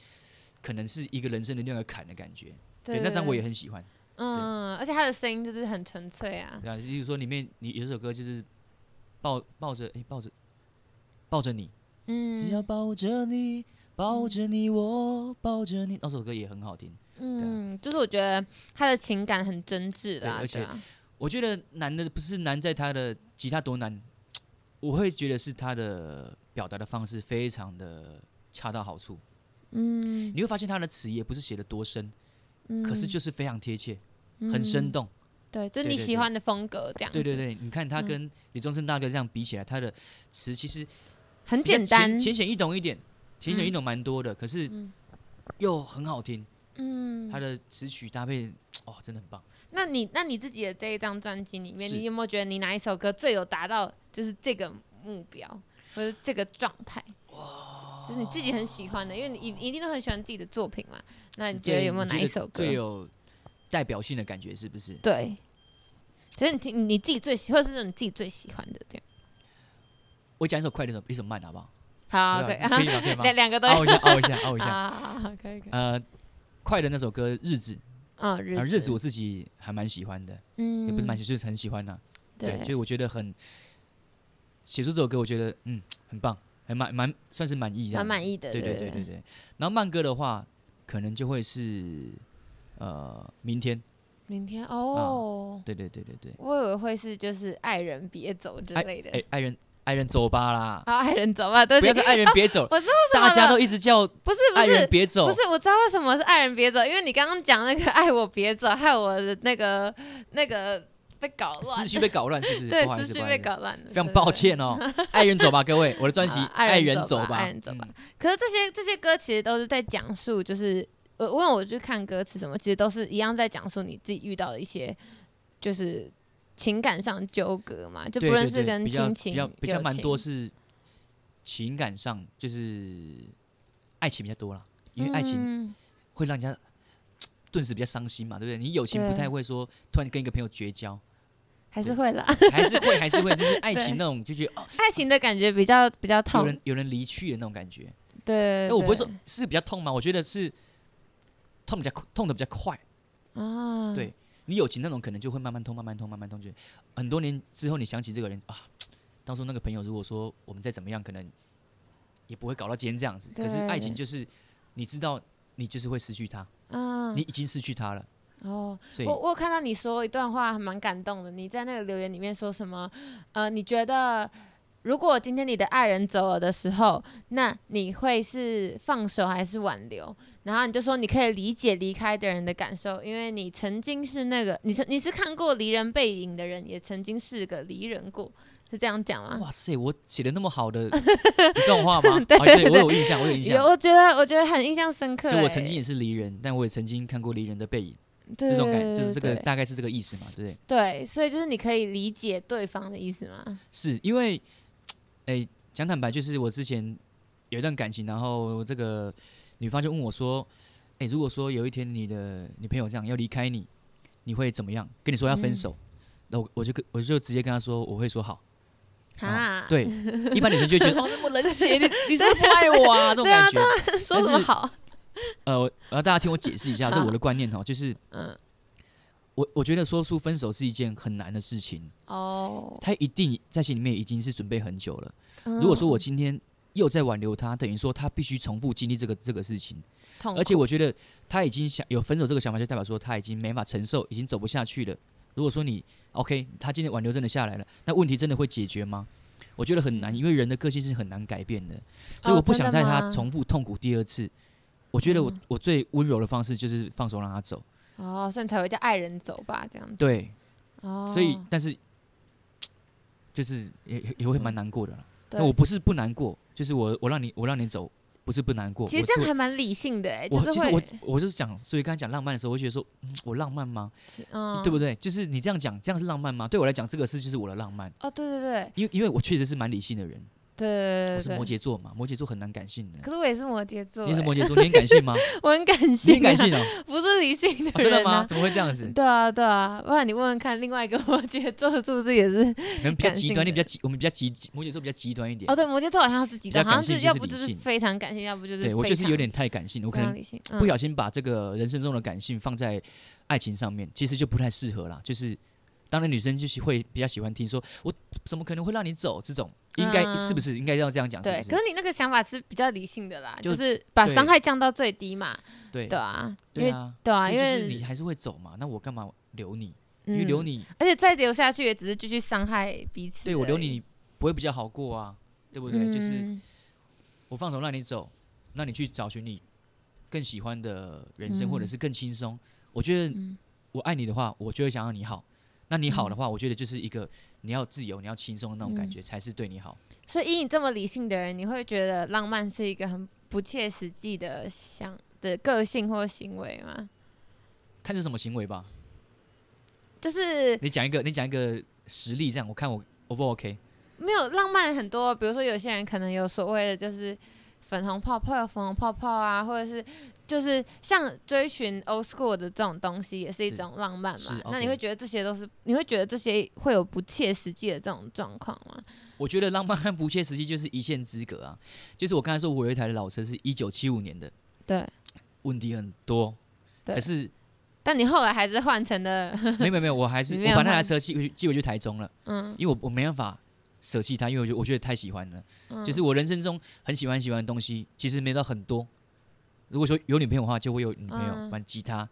S4: 可能是一个人生的另一个坎的感觉。
S3: 对
S4: 对，那张我也很喜欢。
S3: 嗯，而且他的声音就是很纯粹啊，
S4: 对啊，例如说里面你有一首歌就是抱抱着哎抱着抱着你，只要
S3: 嗯
S4: 抱着你，抱着你我抱着你，那首歌也很好听。
S3: 嗯，就是我觉得他的情感很真挚
S4: 对
S3: 啦，
S4: 而且
S3: 对啊
S4: 我觉得难的不是难在他的吉他多难，我会觉得是他的表达的方式非常的恰到好处。
S3: 嗯，
S4: 你会发现他的词也不是写的多深，可是
S3: 嗯
S4: 就是非常贴切，很生
S3: 嗯
S4: 动。
S3: 对，就
S4: 对
S3: 你
S4: 对
S3: 喜
S4: 对
S3: 欢的风格这样。
S4: 对对，对，你看他
S3: 嗯
S4: 跟李宗盛大哥这样比起来，他的词其实
S3: 很
S4: 比较
S3: 简
S4: 浅
S3: 单。
S4: 浅显易懂一点，浅显易
S3: 嗯
S4: 懂蛮多的，可是
S3: 嗯
S4: 又很好听。
S3: 嗯
S4: 他，的词曲搭配，哦，真的很棒。
S3: 那你那你自己的这一张专辑里面，
S4: 是
S3: 你有没有觉得你哪一首歌最有达到就是这个目标或者这个状态？就是你自己很喜欢的，因为你一一定都很喜欢自己的作品嘛。那你觉得
S4: 对
S3: 有没有
S4: 你
S3: 哪
S4: 觉
S3: 一
S4: 得
S3: 首歌
S4: 最？有代表性的感觉？是不是？
S3: 对，就是你听你自己最喜，或者是你自己最喜欢的这样。
S4: 我讲一首快的，一首一首慢，好不好？
S3: 好，啊对
S4: 对，吧啊可以吗？可以 吗
S3: 两？两个都有
S4: 凹一下，凹一下，凹一下。
S3: 啊，好好可以可以。
S4: 呃，快的那首歌《日子》，
S3: 嗯，
S4: 啊，
S3: 日
S4: 日子我自己还蛮喜欢的，
S3: 嗯
S4: 也不是蛮喜，就是很喜欢呐。对，
S3: 对
S4: 所以我觉得很写出这首歌，我觉得嗯很棒，还蛮蛮算是满意这样
S3: 蛮
S4: 子，
S3: 满意的。
S4: 对对
S3: 对
S4: 对对对。然后慢歌的话，可能就会是呃明天，
S3: 明天哦。
S4: 啊对对对对对，
S3: 我以为会是就是爱人别走之
S4: 哎
S3: 类的。
S4: 哎爱人爱爱人走吧啦，
S3: 好，爱人走吧，对
S4: 不
S3: 不
S4: 要
S3: 起，
S4: 再爱人别走，
S3: 我知道为什么
S4: 大家
S3: 了
S4: 都一直叫
S3: 不是不
S4: 爱人
S3: 是
S4: 别走
S3: 不，是，我知道为什么是爱人别走，因为你刚刚讲那个爱我别走，害我的那个那个被搞乱
S4: 思，绪被搞乱是不是？
S3: 对
S4: 不，好意
S3: 思
S4: 思，
S3: 绪
S4: 不好
S3: 被
S4: 意思，
S3: 搞乱了，
S4: 非常
S3: 对
S4: 抱。歉哦，爱人走吧，各位，我的专辑
S3: 好
S4: 《
S3: 啊爱人
S4: 人
S3: 走吧
S4: 吧
S3: 爱人》走吧
S4: 嗯，
S3: 对可是这些这些歌其实都是在讲述，就是呃，因为我去看歌词什么，其实都是一样在讲述你自己遇到的一些就是情感上纠葛嘛，就不
S4: 对
S3: 论
S4: 对
S3: 是
S4: 对，
S3: 跟
S4: 比较
S3: 亲情、
S4: 比较比较
S3: 友
S4: 蛮
S3: 情
S4: 多是情感上，就是爱情比较多啦，因为爱情
S3: 嗯
S4: 会让人家顿时比较伤心嘛，对不对？你友情不
S3: 对
S4: 太会说突然跟一个朋友绝交，
S3: 还是
S4: 对
S3: 会啦，
S4: 还是会还是会，就是爱
S3: 对
S4: 情那种就觉得哦，
S3: 爱情的感觉比较比较
S4: 有
S3: 痛，
S4: 人有人离去的那种感觉。
S3: 对。
S4: 哎，我不会
S3: 对
S4: 说是比较痛吗？我觉得是痛比较快痛的比较快。
S3: 啊，
S4: 对你友情那种可能就会慢慢痛，慢慢痛，慢慢痛，就很多年之后你想起这个人啊，当初那个朋友，如果说我们再怎么样，可能也不会搞到今天这样子。可是爱情
S3: 对
S4: 就是你知道，你就是会失去他，
S3: 啊，
S4: 你已经失去他了，
S3: 哦，
S4: 所以
S3: 我我有看到你说一段话，还蛮感动的。你在那个留言里面说什么？呃，你觉得如果今天你的爱人走了的时候，那你会是放手还是挽留？然后你就说你可以理解离开的人的感受，因为你曾经是那个，你曾你是看过离人背影的人，也曾经是个离人过，是这样讲吗？
S4: 哇塞，我写的那么好 的一段话吗？
S3: 啊对
S4: 啊，对
S3: 对
S4: 我有印象，我有印
S3: 有，
S4: 象。
S3: 我觉得我觉得很印象深刻、
S4: 就
S3: 欸。
S4: 我曾经也是离人，但我也曾经看过离人的背影，
S3: 对
S4: 这种感
S3: 对
S4: 就是这个
S3: 对
S4: 大概是这个意思嘛，对不对？
S3: 对，所以就是你可以理解对方的意思吗？
S4: 是因为，哎、讲坦白，就是我之前有一段感情，然后这个女方就问我说：“哎、如果说有一天你的女朋友这样要离开你，你会怎么样？跟你说要分
S3: 嗯
S4: 手？”那、我我就跟我就直接跟她说：“我会说好。”
S3: 啊，
S4: 对，一般女生就会 觉得哦，那么冷血，你你是不是不爱我啊？这种
S3: 对啊
S4: 感觉。
S3: 说什
S4: 但
S3: 么
S4: 是
S3: 好？
S4: 呃，我呃，大家听我解释一下，这是我的观念哦，就是
S3: 嗯，
S4: 我我觉得说出分手是一件很难的事情，
S3: 哦，嗯
S4: 她一定在心里面已经是准备很久了。如果说我今天又在挽留他，等于说他必须重复经历这个这个事情，
S3: 痛苦，
S4: 而且我觉得他已经想有分手这个想法，就代表说他已经没法承受，已经走不下去了。如果说你 OK，他今天挽留真的下来了，那问题真的会解决吗？我觉得很难，因为人的个性是很难改变的，所以
S3: 哦
S4: 我不
S3: 真
S4: 想
S3: 的
S4: 在他
S3: 吗
S4: 重复痛苦第二次。我觉得我、
S3: 嗯
S4: 我最温柔的方式就是放手让他走，
S3: 哦，所以你才会叫爱人走吧，这样子，
S4: 对，
S3: 哦，
S4: 所以但是就是也也也会蛮难过的啦。
S3: 对
S4: 但我不是不难过，就是我我让你我让你走，不是不难过。
S3: 其实
S4: 我
S3: 这样
S4: 是
S3: 还蛮理性的，哎，就
S4: 我
S3: 是
S4: 其实
S3: 会
S4: 我，我就是讲，所以刚才讲浪漫的时候，我就觉得说，嗯，我浪漫吗？
S3: 嗯，
S4: 对不对？就是你这样讲，这样是浪漫吗？对我来讲，这个事就是我的浪漫，
S3: 哦，对对对
S4: 因为因为我确实是蛮理性的人，
S3: 对
S4: 我
S3: 对
S4: 是
S3: 对
S4: 摩
S3: 对，
S4: 羯座嘛，摩羯座很难感性的。
S3: 可是我也是摩羯座，
S4: 你也是
S3: 哎
S4: 摩羯座，你很感性吗？
S3: 我很感
S4: 你
S3: 性，
S4: 很感，性哦，
S3: 不是理性的
S4: 哦真的
S3: 人
S4: 吗？
S3: 啊？
S4: 怎么会这样子？
S3: 对啊，对啊，不然你问问看，另外一个摩羯座是不是也 是？
S4: 可能比较
S3: 感
S4: 极
S3: 性
S4: 端，你
S3: 的
S4: 比较极，我们比较极，极摩羯座比较极端一点
S3: 哦，。对，摩羯座好像是极
S4: 比较
S3: 端，好像
S4: 感性
S3: 是
S4: 就
S3: 要
S4: 是
S3: 不
S4: 理
S3: 就是
S4: 性
S3: 非常感性，要不就是
S4: 对我
S3: 非
S4: 就是有
S3: 常
S4: 点太感性了，我
S3: 非
S4: 可
S3: 常
S4: 能
S3: 理性，嗯
S4: 不小心把这个人生中的感性放在爱情上面，其实就不太适合啦。就是当然女生就是会比较喜欢听说，我怎么可能会让你走？这种应该、
S3: 嗯
S4: 是不是应该要这样讲？是
S3: 对，
S4: 不
S3: 可
S4: 是？
S3: 是你那个想法是比较理性的啦，
S4: 就
S3: 就是把
S4: 对
S3: 伤害降到最低嘛，
S4: 对
S3: 对啊，因
S4: 对
S3: 为
S4: 啊，
S3: 对啊
S4: 所以
S3: 因
S4: 就是
S3: 为
S4: 你还是会走嘛，那我干嘛留你？因为
S3: 嗯
S4: 留你，
S3: 而且再留下去也只是继续伤害彼此而已。
S4: 对我留你不会比较好过啊，对不对？就是
S3: 嗯
S4: 我放手让你走，那你去找寻你更喜欢的人生，或者
S3: 嗯
S4: 是更轻松。我觉得
S3: 嗯
S4: 我爱你的话，我就会想要你好。那你好的话，我觉得就是一个你要自由、你要轻松的那种感
S3: 嗯
S4: 觉，才是对你好。
S3: 所以以你这么理性的人，你会觉得浪漫是一个很不切实际的想的个性或行为吗？
S4: 看是什么行为吧。
S3: 就是
S4: 你讲一个，你讲一个实例，这样我看我 O 不 OK？
S3: 没有浪漫很多，比如说有些人可能有所谓的就是粉红泡泡、粉红泡泡啊，或者是就是像追寻 old school 的这种东西，也是一
S4: 是
S3: 种浪漫
S4: 是
S3: 嘛。
S4: ，OK
S3: 那你会觉得这些都是，你会觉得这些会有不切实际的这种状况吗？
S4: 我觉得浪漫和不切实际就是一线之隔啊。就是我刚才说，我有一台老车是一九七五年的，
S3: 对，
S4: 问题很多。
S3: 对
S4: 可是
S3: 但你后来还是换成了，
S4: 没有没有没有，我还是
S3: 你
S4: 我
S3: 没有
S4: 把那台
S3: 换
S4: 车寄回去寄回去台中了，
S3: 嗯，
S4: 因为我我没办法舍弃它，因为我觉得我觉得太喜欢了。
S3: 嗯
S4: 就是我人生中很喜欢很喜欢的东西，其实没到很多。如果说有女朋友的话，就会有女朋友
S3: 嗯
S4: 玩吉他、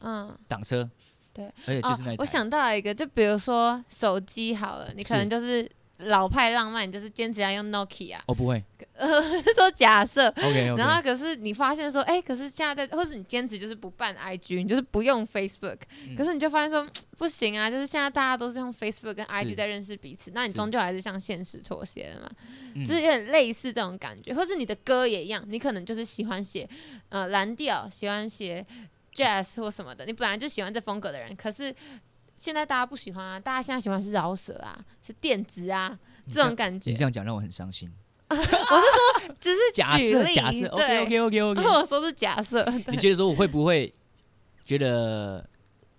S3: 嗯。哦
S4: 挡车，
S3: 对，
S4: 而且就是那一台。
S3: 我想到一个，就比如说手机好了，你可
S4: 是
S3: 能就是老派浪漫，你就是坚持要用 Nokia，
S4: 哦，不会
S3: 都假设。
S4: ，OK OK，
S3: 然后可是你发现说，哎、可是现在在，或是你坚持就是不办 IG，你就是不用 Facebook，、
S4: 嗯
S3: 可是你就发现说不行啊，就是现在大家都是用 Facebook 跟 IG
S4: 是
S3: 在认识彼此，那你
S4: 是
S3: 终究还是向现实妥协了嘛，
S4: 嗯
S3: 就是有点类似这种感觉，或是你的歌也一样，你可能就是喜欢写呃蓝调，喜欢写 jazz 或什么的，你本来就喜欢这风格的人，可是。现在大家不喜欢啊，大家现在喜欢是饶舌啊，是电子啊，
S4: 你
S3: 这
S4: 这
S3: 种
S4: 样
S3: 感觉
S4: 你。这样讲让我很伤心。
S3: 我是说，只是
S4: 假
S3: 举
S4: 设
S3: 例
S4: 假设，OK
S3: 对哦
S4: OK OK
S3: 然
S4: OK，
S3: 后我说是假设，
S4: 你觉得说我会不会觉得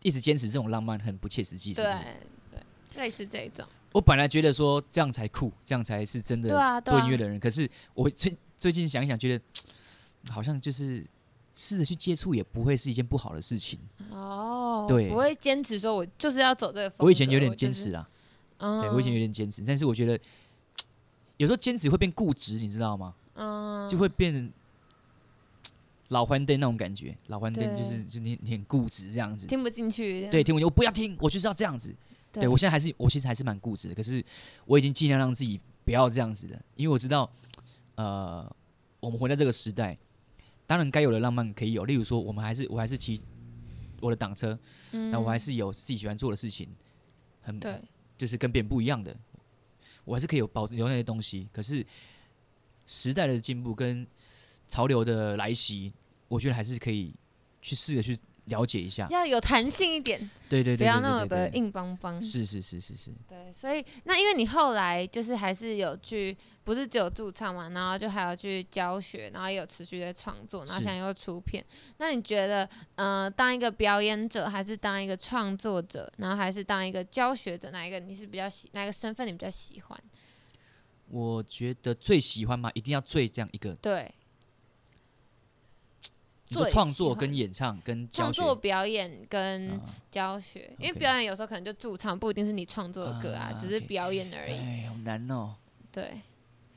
S4: 一直坚持这种浪漫很不切实际？是
S3: 对
S4: 不是？
S3: 对，类似这一种，
S4: 我本来觉得说这样才酷，这样才是真的
S3: 对啊对
S4: 做
S3: 啊
S4: 音乐的人。可是我最最近想一想，觉得好像就是试着去接触，也不会是一件不好的事情。
S3: 哦，
S4: 对
S3: 不会坚持说我就是要走这个风格。
S4: 我以前有点
S3: 就
S4: 坚
S3: 是
S4: 持，啊，
S3: 嗯，
S4: 对我以前有点坚持，但是我觉得有时候坚持会变固执，你知道吗？
S3: 嗯，
S4: 就会变老欢灯那种感觉，老欢灯
S3: 对
S4: 就是就你你很固执这样子。
S3: 听不进去，
S4: 对，听我就我不要听，我就是要这样子。对我现在还是我其实还是蛮固执的，可是我已经尽量让自己不要这样子的，因为我知道，呃，我们活在这个时代，当然该有的浪漫可以有，例如说，我们还是我还是骑我的挡车，
S3: 嗯
S4: 那、我还是嗯有自己喜欢做的事情，很
S3: 对，
S4: 就是跟别人不一样的，我还是可以有保留那些东西。可是时代的进步跟潮流的来袭，我觉得还是可以去试着去了解一下。
S3: 要有弹性一点，
S4: 对对
S3: 不
S4: 对对
S3: 要
S4: 对
S3: 那么
S4: 对
S3: 的
S4: 对
S3: 硬邦邦。
S4: 是是是是是，
S3: 对，所以那因为你后来就是还是有去，不是只有驻唱嘛，然后就还有去教学，然后也有持续在创作，然后
S4: 是
S3: 现在又出片。那你觉得，呃，当一个表演者，还是当一个创作者，然后还是当一个教学者，哪一个你是比较喜，哪一个身份你比较喜欢？
S4: 我觉得最喜欢嘛，一定要最这样一个，
S3: 对，
S4: 你说
S3: 最
S4: 创
S3: 喜
S4: 作
S3: 欢
S4: 跟演唱跟教
S3: 创
S4: 学，
S3: 作、表演跟
S4: 啊、
S3: 教学，因为
S4: OK
S3: 表演有时候可能就驻唱，不一定是你创作的歌啊，
S4: 啊
S3: 只是
S4: OK
S3: 表演而已。
S4: 哎，好难哦。
S3: 对，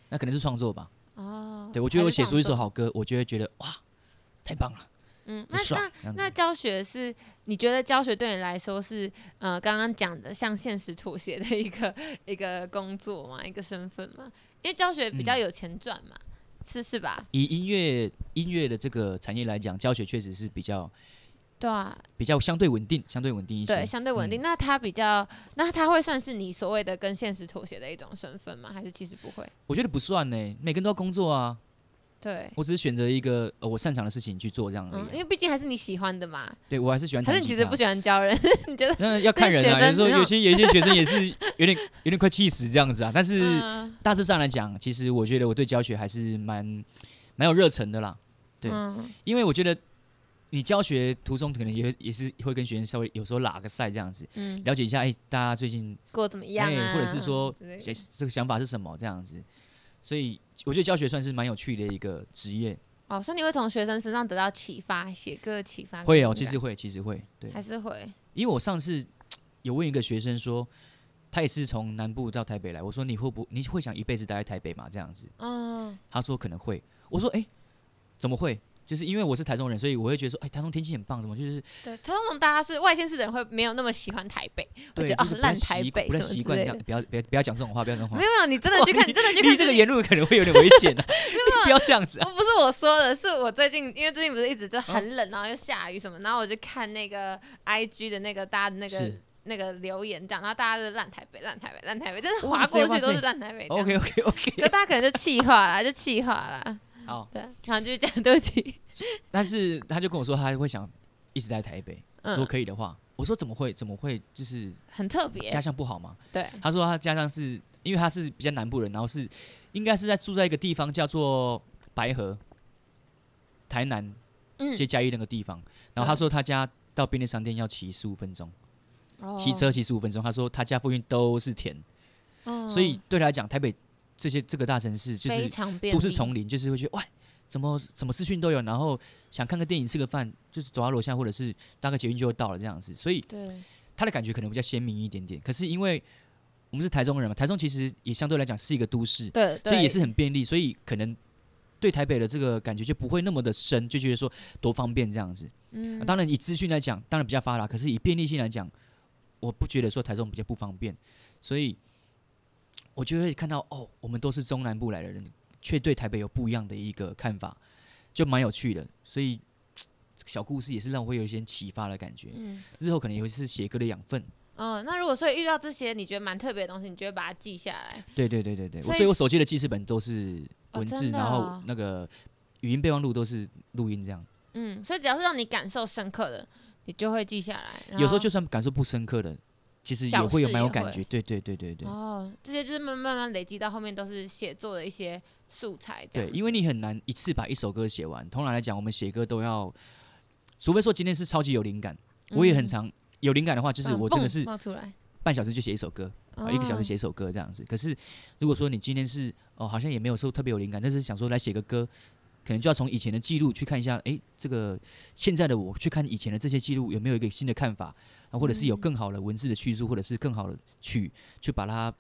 S4: 那可能是创作吧。
S3: 哦，
S4: 对我觉
S3: 还
S4: 得我
S3: 是
S4: 写
S3: 创
S4: 出一
S3: 作
S4: 首，好歌，我就会觉得哇，太棒了，
S3: 嗯，那
S4: 很爽
S3: 那。
S4: 这样子
S3: 那教学是你觉得教学对你来说是呃刚刚讲的向现实妥协的一个一个工作吗？一个身份吗？因为教学比较
S4: 嗯
S3: 有钱赚嘛，是是吧？
S4: 以音乐音乐的这个产业来讲，教学确实是比较
S3: 对啊，
S4: 比较相对稳定，相对稳定一些。
S3: 对，相对
S4: 嗯
S3: 稳定。那它比较，那它会算是你所谓的跟现实妥协的一种身份吗？还是其实不会？
S4: 我觉得不算呢，每个人都要工作啊。
S3: 对，
S4: 我只是选择一个、呃、我擅长的事情去做这样而
S3: 嗯，因
S4: 已啊。
S3: 为毕竟还是你喜欢的嘛。
S4: 对我还是喜欢
S3: 还
S4: 弹
S3: 是
S4: 吉他。
S3: 你其实不喜欢教人？ 你觉得？
S4: 那要看人啊，
S3: 那学
S4: 有时
S3: 生
S4: 候有些有一些学生也是有点有点快气死这样子啊。但是
S3: 嗯
S4: 大致上来讲，其实我觉得我对教学还是蛮蛮有热忱的啦，对
S3: 嗯
S4: 因为我觉得你教学途中可能也会也是会跟学生稍微有时候拉个赛这样子，
S3: 嗯，
S4: 了解一下，哎、大家最近
S3: 过怎么样
S4: 哎
S3: 啊？
S4: 或者是说
S3: 之类的
S4: 这这个想法是什么这样子。所以我觉得教学算是蛮有趣的一个职业，
S3: 哦，所以你会从学生身上得到启发，写歌启发跟
S4: 会哦，
S3: 灵
S4: 其
S3: 感
S4: 实会，其实会，对，
S3: 还是会，嗯
S4: 因为我上次有问一个学生说，他也是从南部到台北来，我说你会不你会想一辈子待在台北吗？这样子，
S3: 嗯，
S4: 他说可能会，我说哎、怎么会？就是因为我是台中人，所以我会觉得说，哎、台中天气很棒，怎么就是
S3: 对，通常大家是外县市的人会没有那么喜欢台北，会
S4: 对，
S3: 觉得
S4: 就
S3: 啊
S4: 是不
S3: 烂
S4: 太
S3: 台
S4: 习
S3: 北
S4: 不
S3: 什
S4: 太
S3: 么
S4: 习
S3: 之
S4: 惯
S3: 类
S4: 这
S3: 的
S4: 样，。不要不要不要讲这种话，不要讲这种
S3: 没
S4: 话
S3: 有，，没有，你真的去看，
S4: 哇
S3: 你真 的去
S4: 你
S3: 看
S4: 这
S3: 就
S4: 个
S3: 是
S4: 言论可能会有点危 险的、啊不要这样子、啊
S3: 我。不是我说的，是我最近，因为最近不是一
S4: 哦
S3: 直就很冷，然后又下雨什么，然后我就看那个 I G 的那个大家的那个
S4: 是
S3: 那个留言这样，然后大家就是烂台北、烂台北、烂台北，真的划
S4: 哇塞
S3: 过去
S4: 哇
S3: 都
S4: 塞
S3: 是烂台北这样。
S4: OK OK OK，
S3: 就大家可能就气话啦，就气话啦，
S4: 好。
S3: 对，啊然后就讲对不起，
S4: 但是他就跟我说，他会想一直在台北，如果
S3: 嗯，
S4: 可以的话。我说怎么会？怎么会？就是
S3: 很特别
S4: 家，乡不好吗？
S3: 对，
S4: 他说他家乡是因为他是比较南部人，然后是应该是在住在一个地方叫做白河，台南
S3: 嗯，
S4: 接嘉义那个地方。然后他说他家到便利商店要骑十五分钟，骑车骑十五分钟。他说他家附近都是田，
S3: 哦，
S4: 所以对他来讲，台北这些这个大城市就
S3: 非
S4: 是
S3: 常便利
S4: 都市丛林，就是会觉得哇，怎么怎么资讯都有，然后想看个电影吃个饭，就是走到楼下或者是搭个捷运就会到了这样子，所以
S3: 对，
S4: 他的感觉可能比较鲜明一点点。可是因为我们是台中人嘛，台中其实也相对来讲是一个都市，
S3: 对，
S4: 所以也是
S3: 对
S4: 很便利，所以可能。对台北的这个感觉就不会那么的深，就觉得说多方便这样子。
S3: 嗯，
S4: 啊当然以资讯来讲，当然比较发达，可是以便利性来讲，我不觉得说台中比较不方便，所以我就会看到哦，我们都是中南部来的人，却对台北有不一样的一个看法，就蛮有趣的。所以这个小故事也是让我会有一些启发的感觉，
S3: 嗯，
S4: 日后可能也会是写歌的养分。
S3: 哦，那如果说遇到这些你觉得蛮特别的东西，你就会把它记下来。
S4: 对对对对对，
S3: 所
S4: 我
S3: 以
S4: 所以我手机的记事本都是
S3: 哦
S4: 文字，
S3: 真的
S4: 然
S3: 哦
S4: 后那个语音备忘录都是录音这样。
S3: 嗯，所以只要是让你感受深刻的，你就会记下来。然
S4: 有时候
S3: 后
S4: 就算感受不深刻的，其实也
S3: 小
S4: 会有
S3: 事
S4: 蛮
S3: 也
S4: 有感
S3: 会
S4: 觉。对对对对对、
S3: 哦，这些就是慢慢慢慢累积到后面都是写作的一些素材这
S4: 对，
S3: 样。
S4: 因为你很难一次把一首歌写完。通常来讲，我们写歌都要，除非说今天是超级有灵感，我也很
S3: 嗯
S4: 常有灵感的话，就是
S3: 嗯
S4: 我真的
S3: 蹦
S4: 是
S3: 冒出来，
S4: 半小时就写一首歌，啊，一个小时
S3: 哦
S4: 写一首歌这样子。可是如果说你今天是哦，好像也没有说特别有灵感，但是想说来写个歌，可能就要从以前的记录去看一下，诶，这个现在的我去看以前的这些记录有没有一个新的看法，啊，或者是有
S3: 嗯
S4: 更好的文字的叙述，或者是更好的曲去把它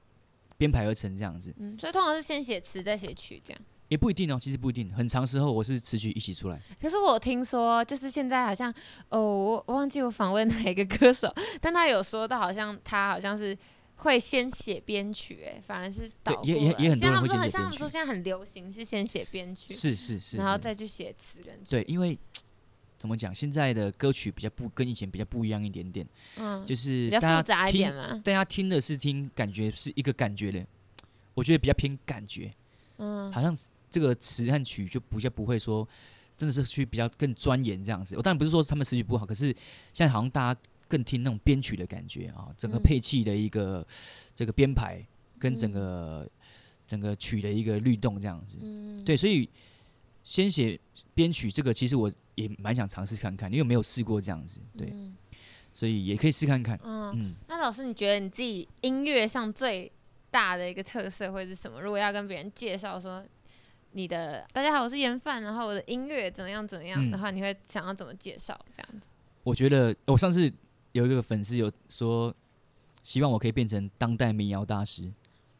S4: 编排而成这样子，
S3: 嗯，所以通常是先写词再写曲这样。
S4: 也不一定哦，其实不一定，很长时候我是词曲一起出来，
S3: 可是我有听说，就是现在好像哦，我我忘记我访问哪一个歌手， 但他有说到，好像他好像是会先写编曲、哎，反而是倒过
S4: 也也
S3: 来
S4: 也很多
S3: 像
S4: 人
S3: 他们说很
S4: 会先写
S3: 像他
S4: 编
S3: 们
S4: 曲
S3: 说现在很流行是先写编曲，
S4: 是是是，
S3: 然后
S4: 是
S3: 再去写词跟曲。
S4: 对，因为。怎么讲？现在的歌曲比较不跟以前比较不一样一点点，
S3: 嗯，
S4: 就是
S3: 比较
S4: 大家
S3: 复杂一
S4: 听
S3: 点嘛。
S4: 大家听的是听感觉是一个感觉的，我觉得比较偏感觉，
S3: 嗯，
S4: 好像这个词和曲就比较不会说，真的是去比较更钻研这样子。我当然不是说他们词曲不好，可是现在好像大家更听那种编曲的感觉啊，整个
S3: 嗯
S4: 配器的一个这个编排跟整
S3: 嗯
S4: 个、整个曲的一个律动这样子。
S3: 嗯，
S4: 对，所以先写编曲这个，其实我也蛮想尝试看看，因为没有试过这样子，对，
S3: 嗯
S4: 所以也可以试看看。
S3: 嗯，
S4: 嗯，
S3: 那老师，你觉得你自己音乐上最大的一个特色会是什么？如果要跟别人介绍说你的“大家好，我是严范”，然后我的音乐怎么样怎么样
S4: 嗯
S3: 的话，你会想要怎么介绍？这样子，
S4: 我觉得我上次有一个粉丝有说，希望我可以变成当代民谣大师。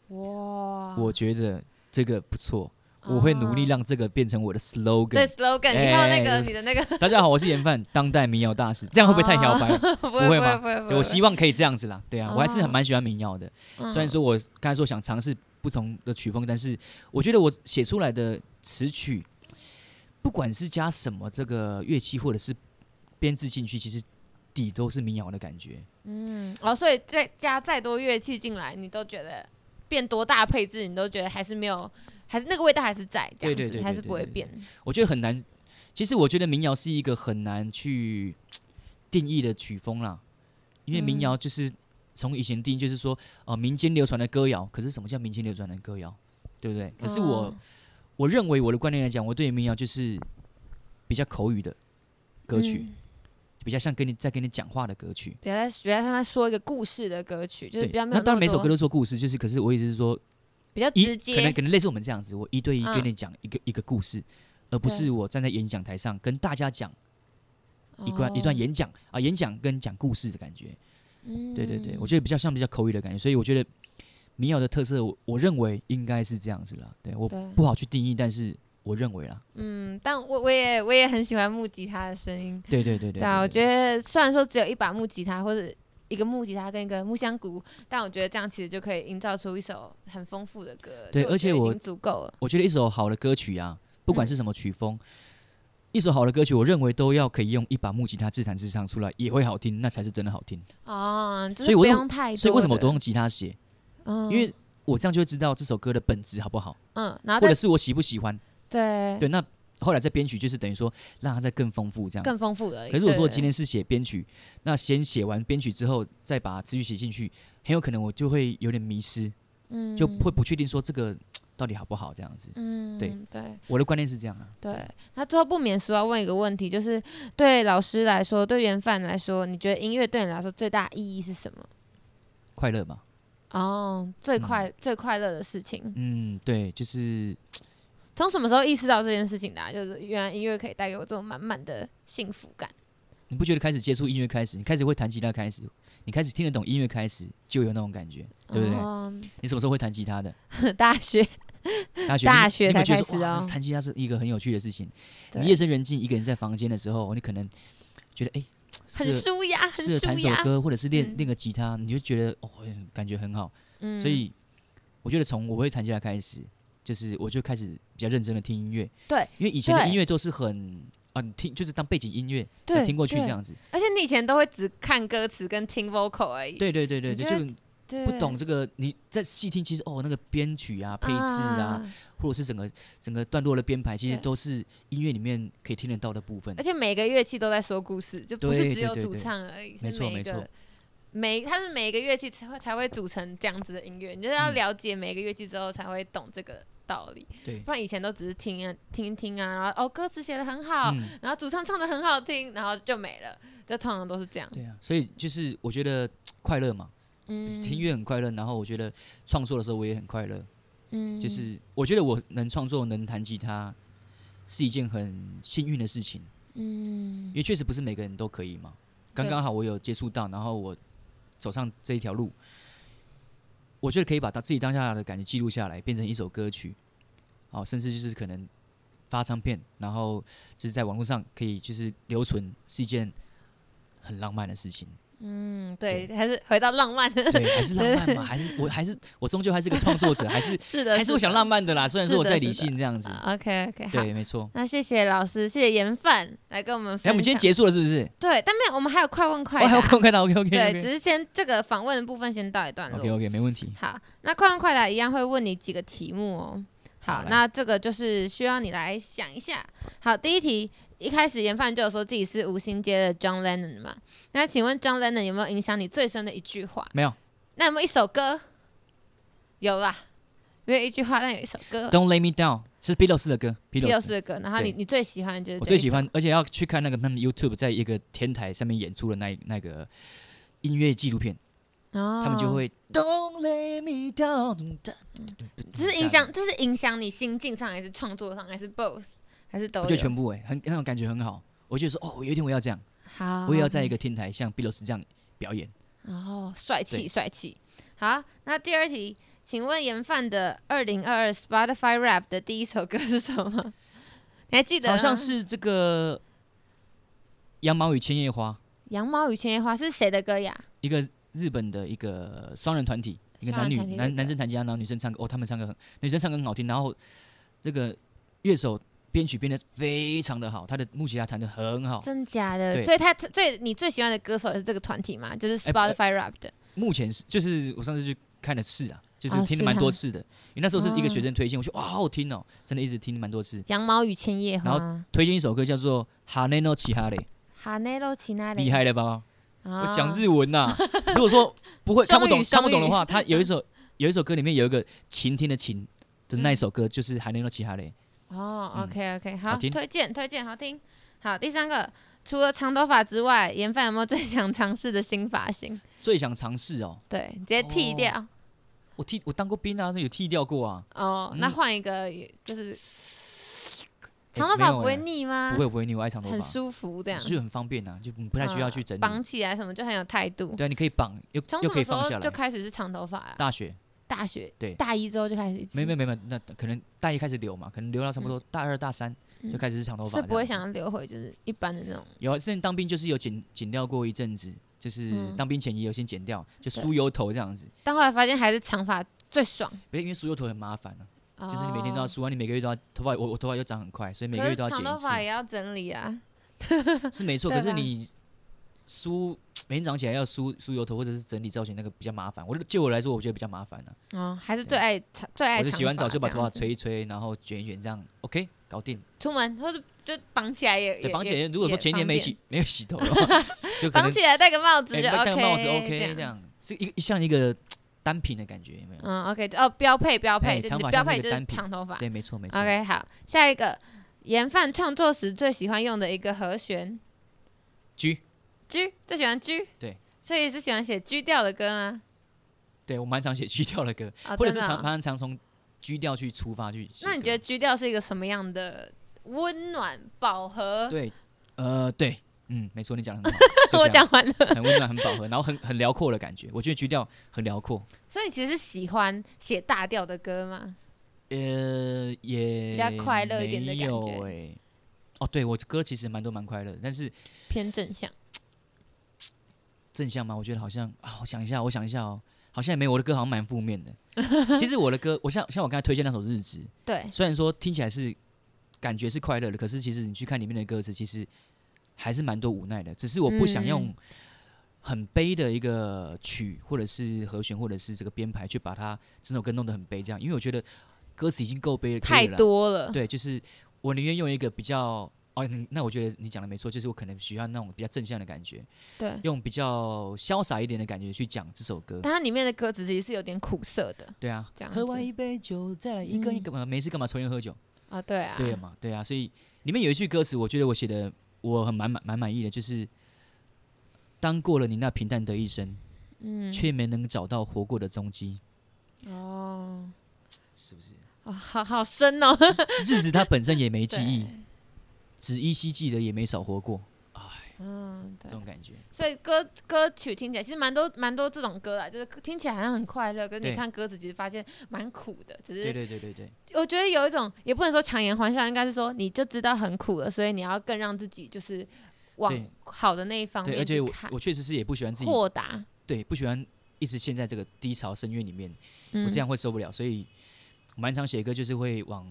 S3: 哇
S4: 我觉得这个不错，我会努力让这个变成我的
S3: 啊哦对
S4: slogan。
S3: slogan，你看到那
S4: 哎
S3: 个
S4: 有
S3: 你的那个，
S4: 大家好，我是严范，当代民谣大师。这样会不会太摇摆了？
S3: 不
S4: 不
S3: 会
S4: 会
S3: 会
S4: 吗
S3: 不会，不
S4: 就
S3: 会
S4: 我希望可以这样子啦。对啊，我还是
S3: 哦
S4: 很蛮喜欢民谣的。
S3: 嗯
S4: 虽然说我刚才说想尝试不同的曲风，但是我觉得我写出来的词曲，不管是加什么这个乐器或者是编制进去，其实底都是民谣的感觉。
S3: 嗯，哦，所以再加再多乐器进来，你都觉得变多大配置，你都觉得还是没有，还是那个味道还是在，这
S4: 对
S3: 样
S4: 对
S3: 子
S4: 对
S3: 还
S4: 对
S3: 是
S4: 对
S3: 不会
S4: 对
S3: 变。
S4: 我觉得很难。其实我觉得民谣是一个很难去定义的曲风啦，因为民
S3: 嗯
S4: 谣就是从以前定义就是说，哦、民间流传的歌谣。可是什么叫民间流传的歌谣？对不对？可是我、
S3: 哦
S4: 我认为我的观念来讲，我对于民谣就是比较口语的歌曲，
S3: 嗯
S4: 比较像跟你在跟你讲话的歌曲。
S3: 比较在比较像在说一个故事的歌曲，就是
S4: 对
S3: 比较，没有
S4: 那当然每首
S3: 么多
S4: 歌都说故事，就是可是我意思是说，
S3: 比较
S4: 一
S3: 直
S4: 可能
S3: 接，嗯
S4: 可能类似我们这样子，我一对一跟你讲一个、一个故事，而不
S3: 对
S4: 是我站在演讲台上跟大家讲一段、一
S3: 哦
S4: 段演讲啊，演讲跟讲故事的感觉。对对对，
S3: 嗯
S4: 我觉得比较像比较口语的感觉，所以我觉得民谣的特色，我我认为应该是这样子啦。对我
S3: 对
S4: 不好去定义，但是我认为啦，
S3: 嗯，但我我也我也很喜欢木吉他的声音。
S4: 对对对对
S3: 对啊，我觉
S4: 得
S3: 得虽然说只有一把木吉他或者一个木吉他跟一个木箱鼓，但我觉得这样其实就可以营造出一首很丰富的歌。
S4: 对
S3: 就
S4: 而且
S3: 觉得已
S4: 我
S3: 经足够了。
S4: 我觉得一首好的歌曲啊，不管
S3: 嗯
S4: 是什么曲风。一首好的歌曲，我认为都要可以用一把木吉他自弹自唱出来，也会好听，那才是真的好听。
S3: 哦，就
S4: 所以
S3: 是不
S4: 我都
S3: 用太多的。
S4: 所以为什么我都用吉他写？
S3: 嗯，
S4: 因为我这样就会知道这首歌的本质好不好，
S3: 嗯，然后
S4: 或
S3: 再
S4: 者是我喜不喜欢。
S3: 对
S4: 对，那后来再编曲就是等于说让它再更丰富这样。
S3: 更丰富的。
S4: 可是如果说我今
S3: 天
S4: 天是写编曲，那先写完编曲之后再把词曲写进去，很有可能我就会有点迷失，
S3: 嗯
S4: 就会不确定说这个到底好不好这样子。
S3: 嗯
S4: 对
S3: 对。
S4: 我的观念是这样啊。
S3: 对，那最后不免俗要问一个问题，就是对老师来说，对元范来说，你觉得音乐对你来说最大意义是什么？
S4: 快乐吧，
S3: 哦，最快、最快乐的事情，
S4: 嗯，对，就是
S3: 从什么时候意识到这件事情的、啊？就是原来音乐可以带给我这种满满的幸福感。
S4: 你不觉得开始接触音乐开始，你开始会弹吉他开始，你开始听得懂音乐开始，就有那种感觉，对不对？
S3: 哦、
S4: 你什么时候会弹吉他的？
S3: 大 学，
S4: 大学
S3: 大
S4: 你
S3: 学
S4: 你有没
S3: 才
S4: 有觉得
S3: 开始
S4: 哇
S3: 哦
S4: 弹吉他是一个很有趣的事情。
S3: 对
S4: 你夜深人静一个人在房间的时候，你可能觉得哎，
S3: 很
S4: 适合
S3: 舒压，很
S4: 适合
S3: 舒
S4: 弹首
S3: 压。
S4: 歌，或者是练
S3: 嗯
S4: 练个吉他，你就觉得哦，很感觉很好。
S3: 嗯
S4: 所以我觉得从我会弹吉他开始，就是我就开始比较认真的听音乐。
S3: 对，
S4: 因为以前的
S3: 对
S4: 音乐都是很啊，你听就是当背景音乐，
S3: 对
S4: 听过去
S3: 对
S4: 这样子。
S3: 而且你以前都会只看歌词跟听 vocal 而已，
S4: 对对对对，
S3: 你
S4: 对
S3: 就会
S4: 就
S3: 对，
S4: 不懂这个，你在细听，其实哦，那个编曲啊、配置啊，或者是整个整个段落的编排，其实
S3: 对哎
S4: 都是音乐里面可以听得到的部分
S3: 而。且每个乐器都在说故事，就不是
S4: 对
S3: 只有
S4: 对对
S3: 主
S4: 对
S3: 唱而已，
S4: 没
S3: 是
S4: 错
S3: 每一
S4: 没
S3: 个
S4: 错
S3: 每它是每一个乐器才会才会组成这样子的音乐，你就是要
S4: 嗯
S3: 了解每个乐器之后才会懂这个道理，
S4: 对，
S3: 不然以前都只是听啊听一听啊，然后哦歌词写的很好，
S4: 嗯，
S3: 然后主唱唱的很好听，然后就没了，就通常都是这样。
S4: 对啊，所以就是我觉得快乐嘛，
S3: 嗯，
S4: 听音乐很快乐，然后我觉得创作的时候我也很快乐，
S3: 嗯，
S4: 就是我觉得我能创作、能弹吉他是一件很幸运的事情，
S3: 嗯
S4: 因为确实不是每个人都可以嘛。刚
S3: 对
S4: 刚好我有接触到，然后我走上这一条路，我觉得可以把他自己当下的感觉记录下来，变成一首歌曲，好，甚至就是可能发唱片，然后就是在网络上可以就是留存，是一件很浪漫的事情。
S3: 嗯对，还是回到浪漫的，
S4: 对，还是浪漫 嘛，还是我还是我终究还是个创作者，还是
S3: 是的，
S4: 还是我想浪漫的啦。虽然说我
S3: 是的
S4: 在
S3: 是
S4: 理
S3: 的啊
S4: 性这样子，
S3: OK OK 好，
S4: 对，没错。
S3: 那谢谢老师，谢谢研范来跟我们分
S4: 哎，
S3: 享。
S4: 我们今天结束了是不是？
S3: 对，但没有，我们还有快问快
S4: 我
S3: 答。
S4: 还有空看到 OK OK
S3: 对，只
S4: OK
S3: 是先这个访问的部分先到一段落。
S4: OK OK 没问题。
S3: 好，那快问快答一样会问你几个题目哦。好，
S4: 好来
S3: 那这个就是需要你来想一下。好，第一题，一开始研范就有说自己是无心街的 John Lennon 嘛？那请问 John Lennon 有没有影响你最深的一句话？
S4: 没有
S3: 那有没有一首歌？有啦，没有一句话，但有一首歌，
S4: ，Don't Let Me Down 是 Beatles 的歌
S3: 六
S4: ，Beatles
S3: 四
S4: 的。
S3: 的歌。然后你
S4: 对
S3: 你最喜欢就是
S4: 我
S3: 这
S4: 最
S3: 一
S4: 喜
S3: 首
S4: 欢，而且要去看那个他们 YouTube 在一个天台上面演出的那一那个音乐纪录片，
S3: 哦，
S4: 他们就会 Don't Let Me Down，
S3: 这是影响，，这是影响你心境上，还是创作上，还是 both，还是都
S4: 我
S3: 有？
S4: 觉得全部哎，很那种感觉很好。我就说哦，有一天我要这样。
S3: 好，
S4: 我也要在一
S3: 哦
S4: 个天台像 Beatles 这样表演。
S3: 然后帅气
S4: 对
S3: 帅气。好，那第二题，请问研范的二零二二 Spotify Rap 的第一首歌是什么？你还记得吗？啊
S4: 好像是这个《羊毛与千叶花》，
S3: 《羊毛与千叶花》是谁的歌呀？
S4: 一个日本的一个双人团体，一个
S3: 双
S4: 男
S3: 人
S4: 女
S3: 团体对
S4: 男
S3: 对
S4: 男生弹吉他，然后女生唱歌。哦，他们唱歌很，女生唱歌很好听，然后这个乐手编曲编的非常的好，他的木吉他弹的很好。
S3: 真假的？
S4: 哦对
S3: 所以他他最你最喜欢的歌手也是这个团体嘛？就是
S4: 哎不呃
S3: Spotify Rap 的。
S4: 目前是就是我上次去看了次啊，就是
S3: 哦
S4: 听
S3: 是
S4: 了蛮多
S3: 他
S4: 次的。因为那时候是一个
S3: 哦
S4: 学生推荐，我说哇好好听哦，真的一直听蛮多次。
S3: 羊毛与千叶
S4: 然后
S3: 花，
S4: 推荐一首歌叫做《哈内诺奇哈雷》，
S3: 哈内洛奇奈
S4: 厉害了吧？
S3: 我
S4: 我讲日文呐、如果说不 会看不懂
S3: 啊双语
S4: 看不懂的
S3: 双语
S4: 话，他有 一首有一首歌里面有一个晴天的晴的那一首歌，就是《海内诺奇哈雷》。
S3: 哦
S4: 嗯
S3: ，OK OK，
S4: 好
S3: 好，
S4: 听
S3: 推荐推荐，好听。好，第三个，除了长头发之外，研范有没有最想尝试的新发型？
S4: 最想尝试哦，
S3: 对，直接剃
S4: 哦
S3: 掉。
S4: 我剃我当过兵啊，有剃掉过啊，
S3: 哦，那
S4: 嗯
S3: 换一个也就是
S4: 诶
S3: 长头
S4: 没
S3: 发
S4: 有
S3: 不会
S4: 欸
S3: 腻吗？
S4: 不会不会，你我爱长头
S3: 啊很
S4: 发，
S3: 舒服这样，
S4: 就很方便啊，就不太需要去整
S3: 嗯绑
S4: 理。
S3: 起来什么就很有态度。
S4: 对啊，你可以绑，又
S3: 从什
S4: 又可
S3: 么
S4: 以
S3: 时
S4: 放
S3: 候
S4: 下
S3: 就
S4: 来。
S3: 开始是长头发了？
S4: 大学
S3: 大学
S4: 对
S3: 大一之后就开始一直
S4: 没没没没，那可能大一开始留嘛，可能留到差不多大二大三
S3: 嗯
S4: 就开始是长头
S3: 所
S4: 发这样
S3: 以
S4: 子。
S3: 不会想要留回就是一般的那种。
S4: 有啊，之前当兵就是有剪剪掉过一阵子，就是
S3: 嗯
S4: 当兵前也有先剪掉，就
S3: 对
S4: 梳油头这样子。
S3: 但后来发现还是长发最爽，
S4: 不是因为梳油头很麻烦啊。
S3: 就
S4: 就是你每天都要梳啊，你每个月都要头发，我我头发又长很快，所以每个
S3: 哦可
S4: 月
S3: 是
S4: 都要剪
S3: 长头
S4: 一
S3: 发
S4: 次，
S3: 也要整理啊。
S4: 是没错。
S3: 对
S4: 可是
S3: 吧
S4: 你梳每天早上起来要梳梳油头或者是整理造型，那个比较麻烦。我就我来说，我觉得比较麻烦了、
S3: 哦，还是最
S4: 对啊
S3: 爱长最爱
S4: 我
S3: 长
S4: 是
S3: 发。
S4: 洗完澡就把头
S3: 这
S4: 发
S3: 样子
S4: 吹一吹，然后卷一卷，这样 OK 搞定。
S3: 出门，或者就绑起来也
S4: 对，
S3: 也
S4: 绑起
S3: 也
S4: 来，如果说
S3: 也
S4: 前一
S3: 方
S4: 天没
S3: 便
S4: 洗没有洗头的话，就可
S3: 绑
S4: 能
S3: 起来戴个帽子
S4: 哎
S3: 就 OK，
S4: 戴个帽子
S3: 这
S4: OK
S3: 样
S4: 这样，是一个像一个单品的感觉，有没有？
S3: 嗯，OK，哦，标配标配，
S4: 哎
S3: 就是
S4: 长发
S3: 标
S4: 像是
S3: 配
S4: 一
S3: 就
S4: 个
S3: 是
S4: 单品
S3: 长头发。
S4: 对，没错没错。
S3: OK，好，下一个，研范创作时最喜欢用的一个和弦
S4: G，
S3: G，最喜欢 G。
S4: 对，
S3: 所以是喜欢写 G 调的歌吗？
S4: 对我蛮常写 G 调的歌，
S3: 啊，
S4: 或者
S3: 真
S4: 是
S3: 的
S4: 常
S3: 哦
S4: 蛮常从 G 调去出发去写歌。
S3: 那你觉得 G 调是一个什么样的温暖饱和？，
S4: 对，呃，对，嗯，没错，你讲的很好 就
S3: 我
S4: 这样
S3: 讲完了，
S4: 很温暖、很饱和，然后很很辽阔的感觉。我觉得曲调很辽阔，
S3: 所以你其实是喜欢写大调的歌吗？
S4: 呃，也
S3: 比较快乐一点的
S4: 没
S3: 感
S4: 有
S3: 觉
S4: 欸哦，对我歌其实蛮多蛮快乐的，但是
S3: 偏正向。
S4: 正向吗？我觉得好像啊，我想一下，我想一下哦，好像也没有我的歌好像蛮负面的。 其实我的歌，我像像我刚才推荐那首《日子》，
S3: 对，
S4: 虽然说听起来是感觉是快乐的，可是其实你去看里面的歌词，其实还是蛮多无奈的。只是我不想用
S3: 嗯
S4: 很悲的一个曲，或者是和弦，或者是这个编排，去把它整首歌弄得很悲，这样，因为我觉得歌词已经够悲了，可以
S3: 太
S4: 了啦。
S3: 多了，
S4: 对，就是我宁愿用一个比较。哦，你那我觉得你讲的没错，就是我可能喜欢那种比较正向的感觉，
S3: 对。
S4: 用比较潇洒一点的感觉去讲这首歌。
S3: 但它里面的歌词其实是有点苦涩的
S4: 对啊
S3: 这，样
S4: 喝
S3: 子
S4: 完一杯酒，再来一根一
S3: 嗯
S4: 根嘛，没事干嘛抽烟喝酒？
S3: 啊、对啊，
S4: 对嘛，对啊，所以里面有一句歌词，我觉得我写的我很蛮满蛮满意的，就是当过了你那平淡的一生，
S3: 嗯，
S4: 却没能找到活过的踪迹，
S3: 哦，
S4: 是不是？
S3: 哦好好深哦，
S4: 日子它本身也没记
S3: 对
S4: 忆，只依稀记得也没少活过，
S3: 嗯，
S4: 这
S3: 对，
S4: 种感觉。
S3: 所以歌歌曲听起来其实蛮多蛮多这种歌啦，就是听起来好像很快乐，可是你
S4: 对
S3: 看歌词其实发现蛮苦的，只
S4: 对
S3: 是
S4: 对对对对，
S3: 我觉得有一种也不能说强颜欢笑，应该是说你就知道很苦了，所以你要更让自己就是往
S4: 对
S3: 好的那一方
S4: 对，而
S3: 面
S4: 且
S3: 去
S4: 我
S3: 看，
S4: 我确实是也不喜欢自己，
S3: 豁达。
S4: 对，不喜欢一直陷在这个低潮深渊里面，
S3: 嗯
S4: 我这样会受不了，所以我蛮常写歌就是会往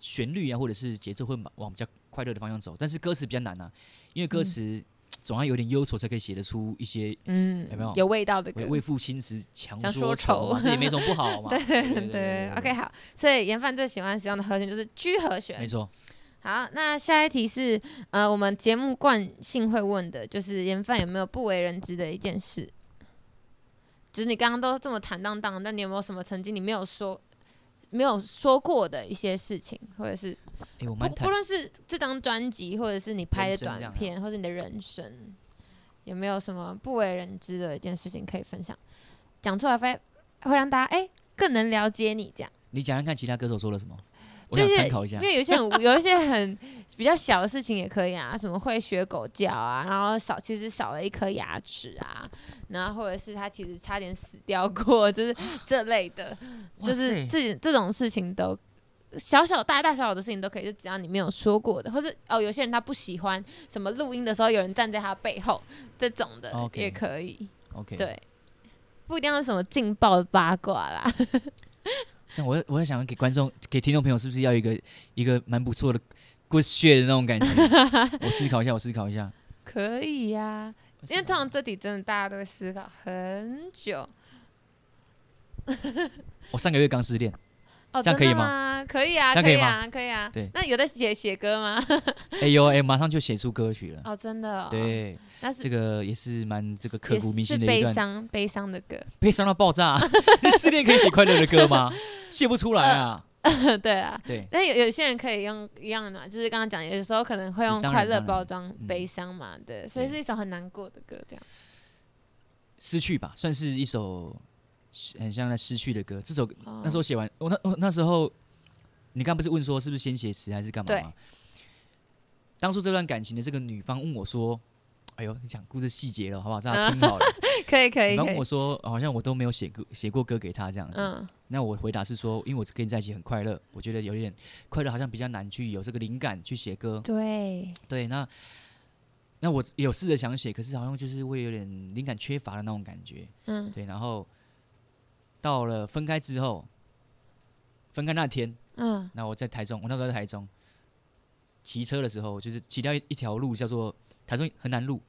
S4: 旋律啊，或者是节奏会往比较快乐的方向走，但是歌词比较难啊，因为歌
S3: 嗯
S4: 词总要有点忧愁才可以写得出一些
S3: 嗯，
S4: 有没有
S3: 味道的歌
S4: 为？为赋新词强
S3: 强
S4: 说
S3: 说
S4: 愁嘛，
S3: 愁
S4: 这也没什么 不好嘛。
S3: 对
S4: 对
S3: 对，OK，好，所以严范最喜欢使用的和弦就是 G 和
S4: 没
S3: 弦。
S4: 错，
S3: 好，那下一题是呃，我们节目惯性会问的，就是严范有没有不为人知的一件事？就是你刚刚都这么坦荡荡，但你有没有什么曾经你没有说、没有说过的一些事情，或者是
S4: 哎，我
S3: 不
S4: 蛮
S3: 不
S4: 坦，
S3: 论是这张专辑，或者是你拍的
S4: 人生这
S3: 短
S4: 样啊
S3: 片，或是你的人生，有没有什么不为人知的一件事情可以分享？讲出来会会让大家哎、更能了解你这样，你
S4: 你讲讲看其他歌手说了什么，我
S3: 就
S4: 想
S3: 是
S4: 参考一下
S3: 因。为有一些很无有一些很比较小的事情也可以啊，什么会学狗叫啊，然后少其实少了一颗牙齿啊，然后或者是他其实差点死掉过，就是这类的，
S4: 哇
S3: 就是
S4: 塞
S3: 这这种事情都小小大大小小的事情都可以，就只要你没有说过的，或者哦，有些人他不喜欢什么录音的时候有人站在他背后这种的
S4: 哦 OK
S3: 也可以，
S4: OK，，
S3: 对，不一定要是什么劲爆的八卦啦，
S4: 这样我我在想给观众、给听众朋友是不是要一个一个蛮不错的 good shit 的那种感觉？ 我思考一下，我思考一下。
S3: 可以呀、因为通常这题真的大家都会思考很哦久。
S4: 我上个月刚失恋，
S3: 哦，
S4: 这
S3: 真
S4: 样可以
S3: 的
S4: 吗
S3: 吗？可以啊，
S4: 这
S3: 可
S4: 样可以
S3: 以啊，可以啊。
S4: 对
S3: 那有在写写歌吗？
S4: 哎呦哎，马上就写出歌曲了。
S3: 哦，真的、哦。，
S4: 对，
S3: 那是
S4: 这个也是蛮这个刻
S3: 也
S4: 骨铭
S3: 是
S4: 心的一
S3: 悲
S4: 段，
S3: 伤悲伤的歌。
S4: 悲伤到爆炸。 失恋可以写快乐的歌吗？写不出来啊。
S3: 对啊。
S4: 对，
S3: 但有有些人可以用一样的嘛，就是刚刚讲，有时候可能会
S4: 是
S3: 用
S4: 当
S3: 快
S4: 然
S3: 乐
S4: 当然
S3: 包装
S4: 嗯
S3: 悲伤嘛，对，所以
S4: 对
S3: 是一首很难过的歌，这样。
S4: 失去吧，算是一首很像在失去的歌。这首
S3: 哦
S4: 那时候写完，我那我那时候，你刚不是问说是不是先写词还是干嘛
S3: 对
S4: 吗？当初这段感情的这个女方问我说：“哎呦，你讲故事细节了，好不好？大家听好了。
S3: 可以 可以
S4: 女方
S3: 可
S4: 问
S3: 以
S4: 我，说：“好像我都没有写歌，写过歌给她这样子。
S3: 嗯
S4: 那我回答是说，因为我跟你在一起很快乐，我觉得有点快乐，好像比较难去有这个灵感去写歌。
S3: 对，
S4: 对，那那我有试着想写，可是好像就是会有点灵感缺乏的那种感觉。
S3: 嗯
S4: 对，然后到了分开之后，分开那天，
S3: 嗯
S4: 那我在台中，我那时候在台中骑车的时候，就是骑到一一条路叫做台中河南路。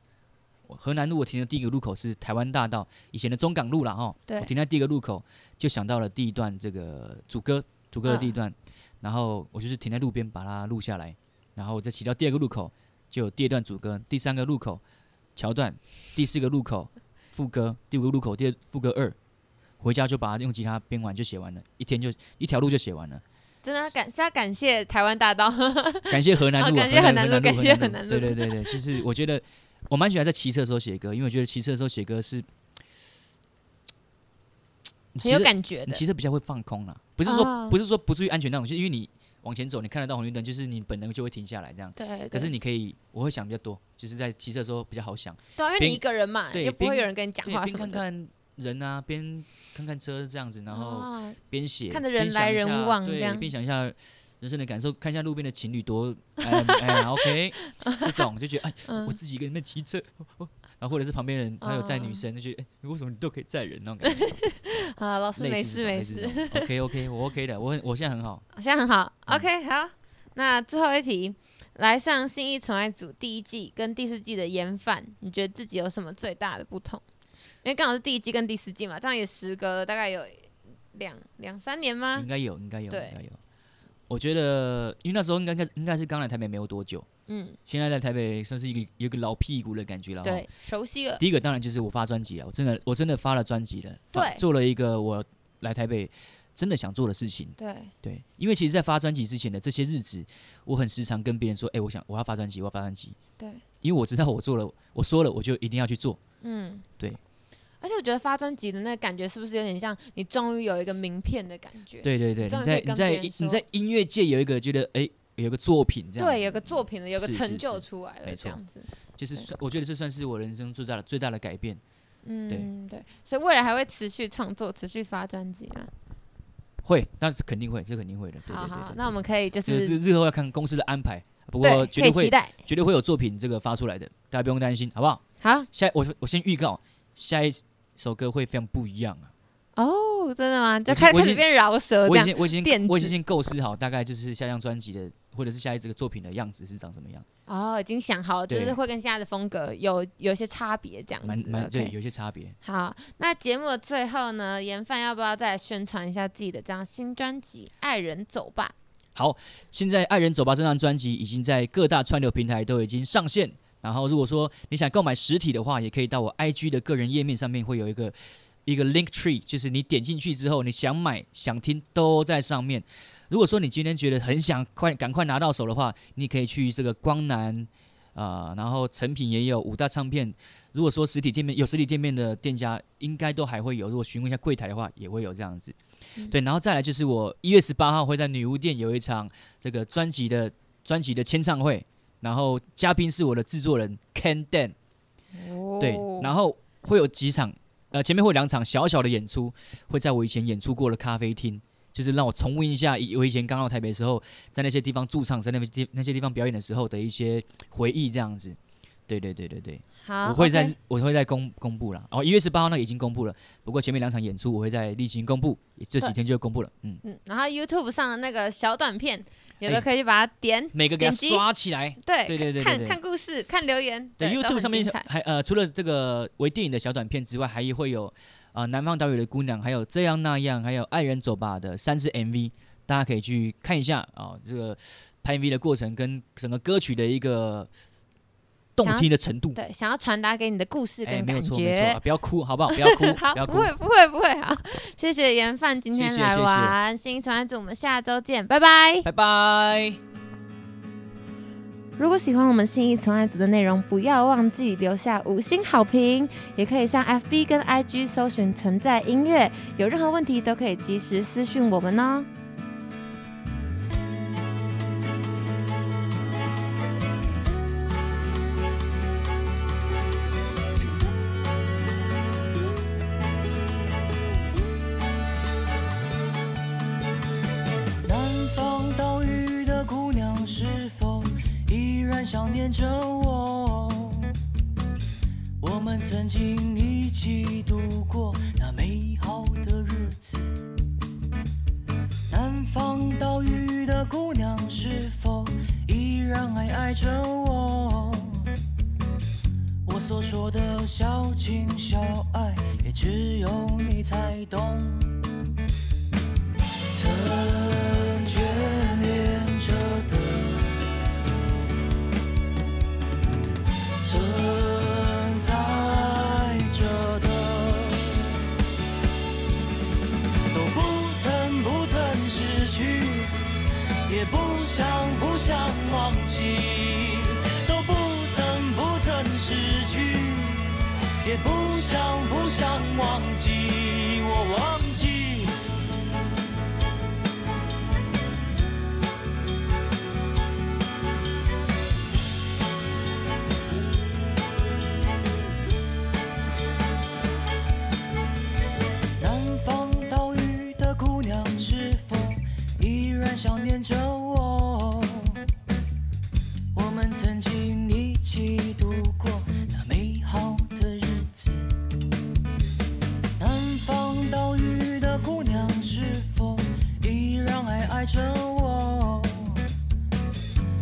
S4: 我河南路我停的第一个路口是台湾大道以前的中港路啦哈，
S3: 对
S4: 我停在第一个路口就想到了第一段这个主歌，主歌的第一段，然后我就是停在路边把它录下来，然后我再骑到第二个路口就有第二段主歌，第三个路口桥段，第四个路口副歌，第五个路口第二副歌二，回家就把它用吉他编完就写完了，一天就一条路就写完了。
S3: 真的要感是要感谢台湾大道，
S4: 感谢河南
S3: 哦
S4: 路、啊，
S3: 感谢河南路
S4: 河
S3: 感谢
S4: 河
S3: 河南路
S4: 对对对对，就是我觉得我蛮喜欢在骑车的时候写歌，因为我觉得骑车的时候写歌是你骑
S3: 很
S4: 车
S3: 有感觉
S4: 你
S3: 的。
S4: 骑车比较会放空啦，不是说、
S3: 哦
S4: 不是说不注意安全那种，就是因为你往前走，你看得到红绿灯，就是你本能就会停下来这样。
S3: 对，
S4: 可是
S3: 对
S4: 你可以，我会想比较多，就是在骑车的时候比较好想，
S3: 对啊，因为
S4: 边
S3: 你一个人嘛，
S4: 对
S3: 又不会
S4: 边
S3: 有人跟你讲
S4: 对，
S3: 话
S4: 边
S3: 什么
S4: 看
S3: 的。
S4: 看人啊，边看看车这样子，然后
S3: 哦
S4: 边写
S3: 看着
S4: 边
S3: 人
S4: 想
S3: 来
S4: 一
S3: 人
S4: 下
S3: 往
S4: 对
S3: 这样
S4: 边想一下人生的感受，看一下路边的情
S3: 嗯
S4: 哎侣多哎哎 OK，这种就觉得哎，我自己一个人在骑车，我我 然后或者是旁边人还有载女
S3: 嗯
S4: 生，就觉得、哎你为什么你都可以载人那种感觉，
S3: 啊，老师
S4: 类
S3: 没事
S4: 似这种
S3: 没
S4: 类似
S3: 事
S4: 这，种 OK OK，我 OK 的，我很我现在很好。
S3: 好像很好。
S4: 嗯
S3: OK，好，那最后一题，来上《新一宠爱组》第一季跟第四季的研范，你觉得自己有什么最大的不同？因为刚好是第一季跟第四季嘛，这样也时隔了大概有两两三年吗
S4: 应？该有，应该有，应
S3: 啊对
S4: 该有。我觉得，因为那时候应该应该是刚来台北没有多久，
S3: 嗯，
S4: 现在在台北算是一个有一个老屁股的感觉了。
S3: 对。，熟悉了，
S4: 第一个当然就是我发专辑了，我真的我真的发了专辑了，发
S3: 对
S4: 做了一个我来台北真的想做的事情。
S3: 对，
S4: 对，因为其实，在发专辑之前的这些日子，我很时常跟别人说：“哎、我想我要发专辑，我要发专辑。”
S3: 对，
S4: 因为我知道我做了，我说了，我就一定要去做。
S3: 嗯，
S4: 对。
S3: 而且我觉得发专辑的那个感觉，是不是有点像你终于有一个名片的感觉？
S4: 对对对，
S3: 这样
S4: 你
S3: 可以
S4: 在
S3: 跟
S4: 你在
S3: 别人
S4: 音
S3: 说
S4: 你在音乐界有一个觉得哎、有个作品这
S3: 对，
S4: 样子，
S3: 有个作品了，有个
S4: 是是
S3: 成就是出来了，
S4: 没
S3: 这
S4: 错
S3: 样子。
S4: 就是
S3: 对
S4: 算我觉得这算是我人生最大的最大的改变。
S3: 嗯，对，所以未来还会持续创作，持续发专辑啊。
S4: 会，那是肯定会，这肯定会的。对
S3: 好
S4: 对对
S3: 好，
S4: 对
S3: 那我们可以就
S4: 这个
S3: 是
S4: 是日后要看公司的安排，不过
S3: 对，
S4: 绝
S3: 可以
S4: 对
S3: 期
S4: 会
S3: 待。
S4: 绝对会有作品这个发出来的，大家不用担心，好不好？
S3: 好
S4: 下我我先预告，下一首歌会非常不一样啊！
S3: 哦，真的吗？就
S4: 我
S3: 开开
S4: 已经我已
S3: 始
S4: 经
S3: 变饶舌呃这
S4: 我已
S3: 样。
S4: 经我已经
S3: 电
S4: 我已
S3: 子
S4: 经先构思好，大概就是下一张专辑的或者是下一这个作品的样子是长什么样，
S3: 哦，已经想好了，就是
S4: 对
S3: 会跟现在的风格有有一些差别这样子。
S4: 蛮蛮对，
S3: OK
S4: 有一些差别。
S3: 好，那节目的最后呢，严范要不要再来宣传一下自己的这张新专辑《爱人走吧》？
S4: 好，现在《爱人走吧》这张专辑已经在各大串流平台都已经上线。然后，如果说你想购买实体的话，也可以到我 IG 的个人页面上面会有一个一个 link tree，就是你点进去之后，你想买想听都在上面。如果说你今天觉得很想快赶快拿到手的话，你可以去这个光南啊、呃然后成品也有五大唱片。如果说实体店面有实体店面的店家，应该都还会有。如果询问一下柜台的话，也会有这样子。对，然后再来就是我一月十八号会在女巫店有一场这个专辑的专辑的签唱会，然后嘉宾是我的制作人 Ken Dan，
S3: 哦
S4: 对，然后会有几场，呃，前面会有两场小小的演出，会在我以前演出过的咖啡厅，就是让我重温一下以我以前刚到台北的时候，在那些地方驻唱，在那些地那些地方表演的时候的一些回忆，这样子。对对对对对，
S3: 好，
S4: 我会在
S3: OK
S4: 我会在公公布了。哦，一月十八号那个已经公布了，不过前面两场演出我会在例行公布，这几
S3: 对
S4: 天就公布了。嗯，
S3: 嗯，然后 YouTube 上的那个小短片也都
S4: 哎
S3: 可以去把它点，
S4: 每个给它
S3: 点击
S4: 刷起来。
S3: 对
S4: 对对对对
S3: 看
S4: 对
S3: 看故事，看留言，
S4: 对
S3: 都
S4: ，YouTube
S3: 很
S4: 上面
S3: 精彩
S4: 还呃，除了这个微电影的小短片之外，还会有啊、呃南方岛屿的姑娘》，还有《这样那样》，还有《爱人走吧》的三支 MV，大家可以去看一下啊、这个拍 MV 的过程跟整个歌曲的一个动
S3: 想要
S4: 听的程度。
S3: 对，想要传达给你的故事
S4: 哎，
S3: 跟
S4: 没有
S3: 感
S4: 错，没错、啊，
S3: 觉。
S4: 不要哭，好不好？不要哭，
S3: 好，
S4: 不要
S3: 不
S4: 哭。
S3: 会不会不会啊！谢 谢严范今天
S4: 谢谢
S3: 来
S4: 谢谢
S3: 玩，新传爱组，我们下周见，拜拜。
S4: 拜拜。
S3: 如果喜欢我们信义存爱组的内容，不要忘记留下五星好评，也可以上 FB 跟 IG 搜寻“存在音乐”，有任何问题都可以及时私讯我们哦。
S2: 南方岛屿的姑娘是否依然想念着我？我们曾经一起度过那美好的日子。南方岛屿的姑娘是否依然还爱着我？我所说的小情小爱，也只有你才懂。曾眷恋着的，存在着的，都不曾不曾失去，也不想不想忘记，都不曾不曾失去。也不想不想忘记，我忘记。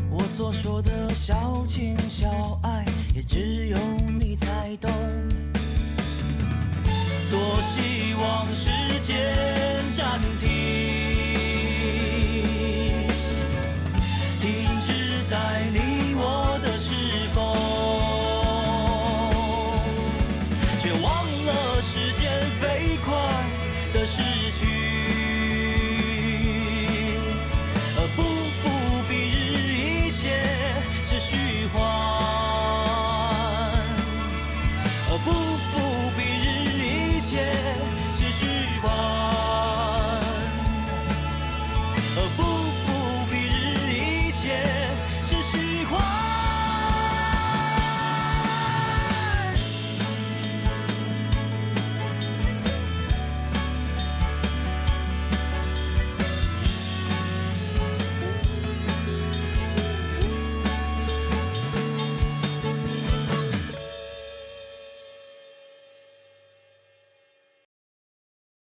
S2: 我说的小情小爱，也只有你才懂。多希望时间暂停，停止在你我的时空。却忘了时间飞快的逝去，而不负彼日一切是虚幻，而不负彼日一切是虚幻，而不负